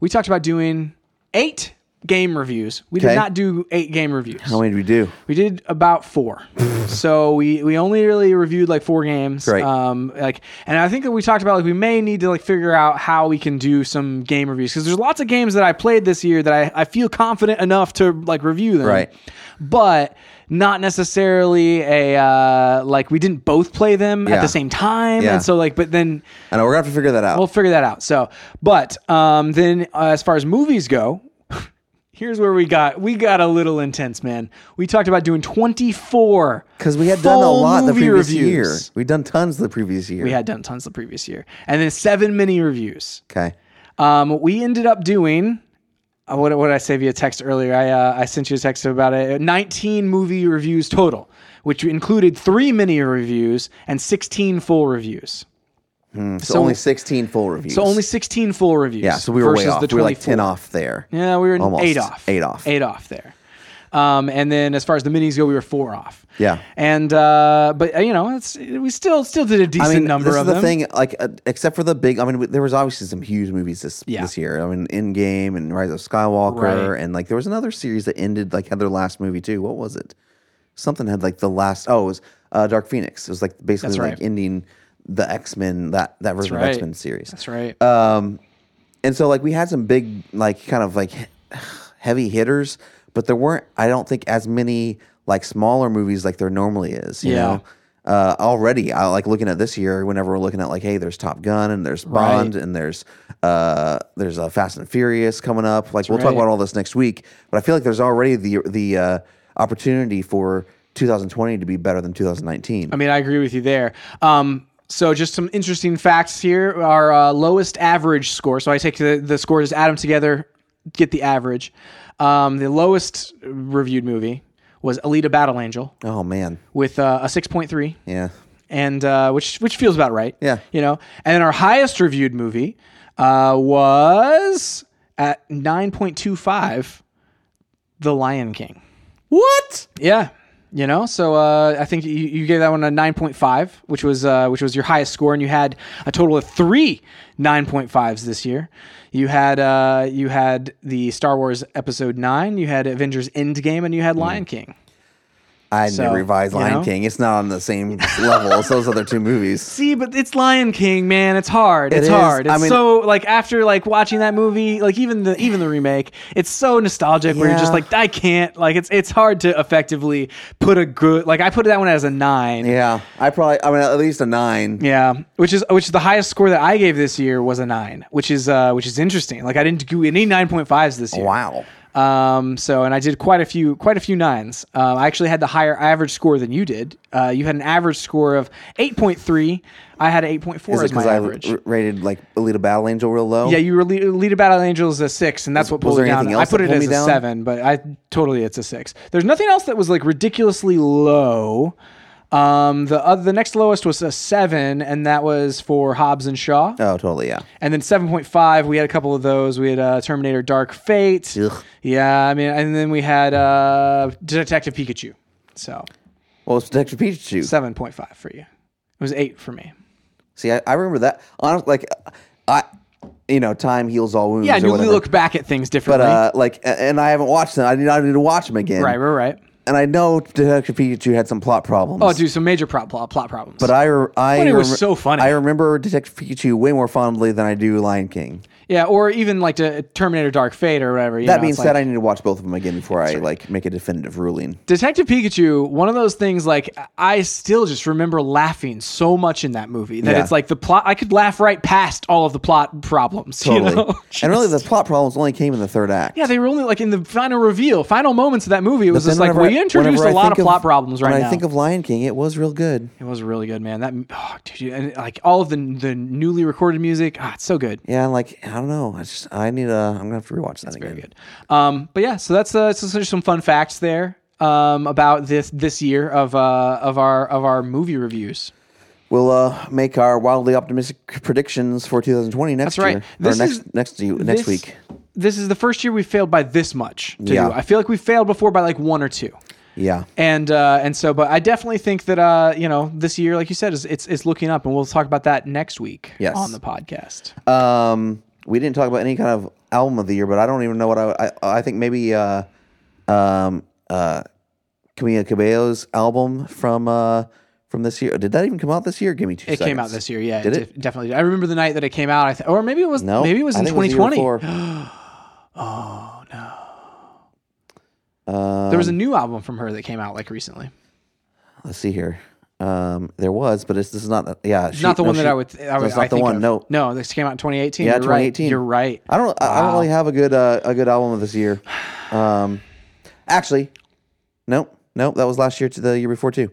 We talked about doing eight game reviews. We did
Okay.
not do eight game reviews.
How many did we do?
We did about
<laughs>
four, so we we only really reviewed like four games.
Right.
Um, like, and I think that we talked about like we may need to like figure out how we can do some game reviews because there's lots of games that I played this year that I, I feel confident enough to like review them.
Right.
But not necessarily a uh, like we didn't both play them at
Yeah.
the same time,
Yeah.
and so like but then
I know we're gonna have to figure that out.
we'll figure that out. So, but um, then uh, as far as movies go, <laughs> here's where we got we got a little intense, man. We talked about doing 24
Because we had done a
full
lot the
movie
previous year.
reviews.
We'd done tons the previous year.
We had done tons the previous year, and then seven mini reviews.
Okay.
Um, we ended up doing. uh, What, what did I say via text earlier? I uh, I sent you a text about it. 19 movie reviews total, which included three mini reviews and 16 full reviews.
So, only 16 full reviews.
So only 16 full reviews.
yeah. So we were way
versus
off. We were like 10
24.
off there.
Yeah, we were
Almost.
eight off.
Eight off.
Eight off there. Um, and then as far as the minis go, we were four off.
Yeah.
And uh, but uh, you know, it's we still still did a decent
I mean,
number
this
of
is the
them.
thing. Like, uh, except for the big. I mean, w- there was obviously some huge movies this
Yeah.
this year. I mean, Endgame and Rise of Skywalker,
Right.
and like there was another series that ended like had their last movie too. What was it? something had like the last. Oh, it was uh, Dark Phoenix. It was like basically
That's right.
like ending the X Men that that version of
right.
X Men series.
That's right.
uh, and so like we had some big like kind of like <sighs> heavy hitters but there weren't i don't think as many like smaller movies like there normally is you
Yeah.
know uh, already i like looking at this year whenever we're looking at like hey there's top gun and there's bond and there's uh there's uh, fast and furious coming up like we'll talk
right.
about all this next week but i feel like there's already the the uh, opportunity for 2020 to be better than 2019
I mean, I agree with you there. Um, so just some interesting facts here. Our uh, lowest average score. So I take the, the scores, add them together, get the average. Um, the lowest reviewed movie was Alita: Battle Angel
oh man
with uh, a six point three
yeah
and uh, which which feels about right.
Yeah.
you know. And then our highest reviewed movie uh, was at nine point two five, The Lion King.
what
Yeah, you know. So uh, I think you, you gave that one a nine point five, which was uh, which was your highest score, and you had a total of three 9.5s this year. You had uh, you had the Star Wars Episode Nine, you had Avengers Endgame, and you had
Mm.
Lion King.
I
So,
never revised
you
Lion
know?
King. It's not on the same <laughs> level as those other two movies.
See, but it's Lion King, man. It's hard. It's
is.
hard. It's
I mean-
so like after like watching that movie, like even the even the remake, it's so nostalgic where you're just
Yeah.
like, I can't. Like it's it's hard to effectively put a good like I put that one as a nine.
Yeah, I probably. I mean, at least a nine.
Yeah, which is which is the highest score that I gave this year was a nine, which is uh, which is interesting. Like I didn't do any nine point fives this year.
Oh, Wow.
Um, so and I did quite a few quite a few nines. Um, I actually had the higher average score than you did. Uh, you had an average score of eight point three. I had an eight point four
Is it
as my
because I
average.
r- rated like Alita Battle Angel real low?
yeah, you were lead, lead about Battle Angels a six, and that's what
Oh. was
pulled it
there
down.
anything
I
else
put
that
it
pulled
as
me
a
down?
seven, but I totally it's a six. There's nothing else that was like ridiculously low. Um, the other, the next lowest was a seven, and that was for Hobbs and Shaw.
Oh, totally. Yeah.
And then 7.5, we had a couple of those. We had uh, Terminator Dark Fate.
Ugh.
Yeah, I mean, and then we had uh, Detective Pikachu. So
Well, it's Detective Pikachu.
7.5 for you. It was 8 for me.
See, I, I remember that. Honestly, like, uh, I, you know, time heals all wounds.
Yeah, and
or
you
whatever.
look back at things
But
differently.
uh, like, a- and I haven't watched them. I need, I need to watch them again.
right, right, right.
And I know Detective Pikachu had some plot problems.
Oh, dude, some major plot, plot, plot problems.
But I, re- I
But it was
remem-
so funny.
I remember Detective Pikachu way more fondly than I do Lion King.
yeah, or even like to Terminator Dark Fate or whatever. You
That
know,
being
it's like-
said, I need to watch both of them again before I like make a definitive ruling.
Detective Pikachu, one of those things like I still just remember laughing so much in that movie that
Yeah.
it's like the plot, I could laugh right past all of the plot problems.
Totally.
You know?
<laughs> and really, the plot problems only came in the third act.
Yeah, they were only like in the final reveal, final moments of that movie. It was just like
whenever
we
I-
introduced
whenever
a
I
lot of
think
plot problems right
when
now.
I think of Lion King, it was real good.
it was really good, man. That oh, dude, and like all of the the newly recorded music, ah, it's so good.
Yeah, like I don't know. I just I need a. I'm gonna have to rewatch that again.
Very good. Um, but yeah, so that's uh, so there's some fun facts there um, about this this year of uh, of our of our movie reviews.
We'll uh, make our wildly optimistic predictions for 2020 next
That's right.
year.
This
or next
is-
next ye- next
This-
week.
This is the first year we failed by this much. To
Yeah.
do. I feel like we failed before by like one or two.
Yeah.
and uh, and so but I definitely think that uh, you know this year, like you said, is it's it's looking up, and we'll talk about that next week
Yes.
on the podcast.
Um, we didn't talk about any kind of album of the year, but I don't even know what I. I, I think maybe uh, um, uh, Camila Cabello's album from uh from this year. Did that even come out this year? Give me two.
it came out
seconds.
this year, yeah,
Did
def- definitely. did. I remember the night that it came out, I th- or maybe it was
No,
maybe it was
I
in Oh,
think it was the year
2020.
before.
<gasps>
Uh,
there
Um,
was a new album from her that came out like recently,
let's see here. Um, there was, but it's, this is not the yeah. She,
not the
no,
one that
she-
I would. I
no,
would
it's
I
not the
think
one.
of.
No,
no, this came out in 2018.
yeah,
You're
2018.
Right. You're right.
I don't. I- I don't really have a good uh, a good album of this year. Um, actually, nope, nope. That was last year to the year before too.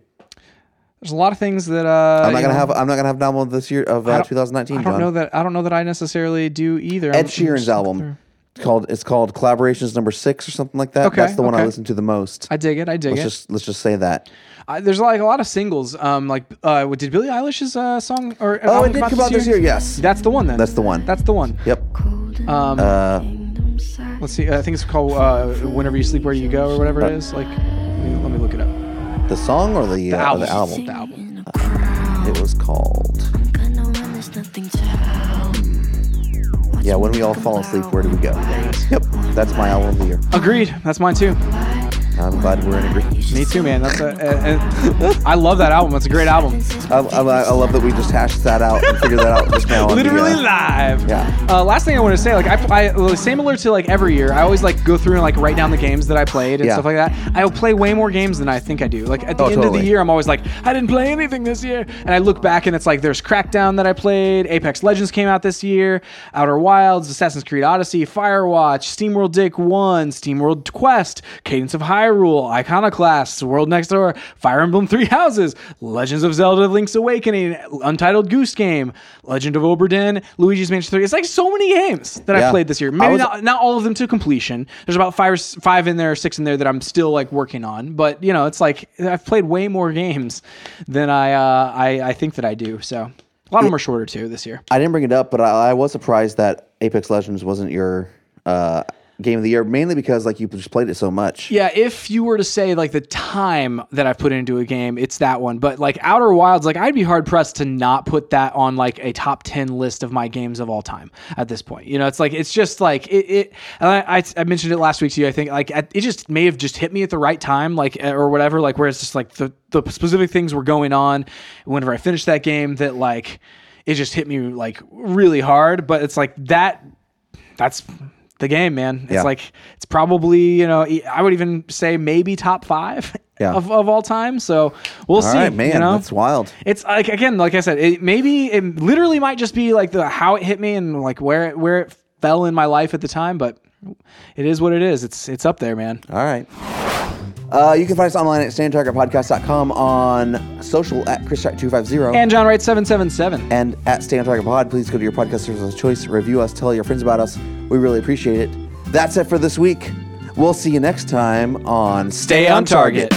There's a lot of things that uh,
I'm not
you
gonna
know,
have. I'm not gonna have an album of this year of uh,
don't-
2019.
I don't
John.
know that. I don't know that I necessarily do either.
Ed Sheeran's album. It's called. It's called collaborations number six or something like that.
Okay,
That's the one I
okay.
listen to the most.
I dig it. I dig
let's
it.
just let's just say that.
I, there's like a lot of singles. Um, like uh, what- did Billie Eilish's uh, song or
Oh,
album
it did
come out
come out this year. Yes.
That's the one then.
That's the one. Uh,
That's the one.
yep.
Um, let's see. I think it's called uh, "Whenever You Sleep, Where You Go" or whatever
Uh,
it is. Like, let me, let me look it up.
The song or the, uh, the album.
The album.
in a crowd.
It was called.
Got no one, there's nothing to hide.
Yeah, when we all fall asleep, where do we go? Yep, that's my album of the year.
Agreed. That's mine too.
Why?
All I'm glad we're in agreement.
Me too, man. That's Uh, a, a, a, I love that album. It's a great album.
I, I, I love that we just hashed that out and figured that out just
<laughs>
now. on the,
Literally
uh,
live.
Yeah.
Uh, last thing I want to say, like I, I well, similar to like every year, I always like go through and like write down the games that I played and
Yeah.
stuff like that. I will play way more games than I think I do. Like at the
Oh,
end of the
totally.
year, I'm always like, I didn't play anything this year, and I look back and it's like there's Crackdown that I played, Apex Legends came out this year, Outer Wilds, Assassin's Creed Odyssey, Firewatch, SteamWorld Dick One, SteamWorld Quest, Cadence of Hyrule, Iconoclasts, World Next Door, Fire Emblem Three Houses, Legends of Zelda: Link's Awakening, Untitled Goose Game, Legend of Oberdin, Luigi's Mansion Three. It's like so many games that I
Yeah.
played this year.
I
Maybe
was-
not, not all of them to completion. There's about five or s- five in there, six in there that I'm still like working on. But you know, it's like I've played way more <laughs> games than I uh, I, I think that I do. So a lot of them are shorter too this year.
I didn't bring it up, but I, I was surprised that Apex Legends wasn't your uh, game of the year, mainly because like you just played it so much.
Yeah, if you were to say like the time that I've put into a game, it's that one. But like Outer Wilds, like I'd be hard pressed to not put that on like a top ten list of my games of all time at this point. You know, it's like it's just like it. it and I, I I mentioned it last week to you. I think like at, it just may have just hit me at the right time, like eh, or whatever. Like where it's just like the the specific things were going on whenever I finished that game that like it just hit me like really hard. But it's like that that's the game, man. It's
Yeah.
like it's probably you know e- I would even say maybe top five
Yeah.
of, of all time. So we'll
All
see.
right, man,
you know?
that's wild.
It's like again, like I said, it maybe it literally might just be like the how it hit me and like where it, where it fell in my life at the time, but it is what it is. It's it's up there, man.
All right. Uh, you can find us online at standtargetpodcast.com on social at ChrisTrack250
And John Wright seven seven seven.
and at Stay on Target Pod. Please go to your podcast service of choice, review us, tell your friends about us. We really appreciate it. That's it for this week. We'll see you next time on
Stay on target.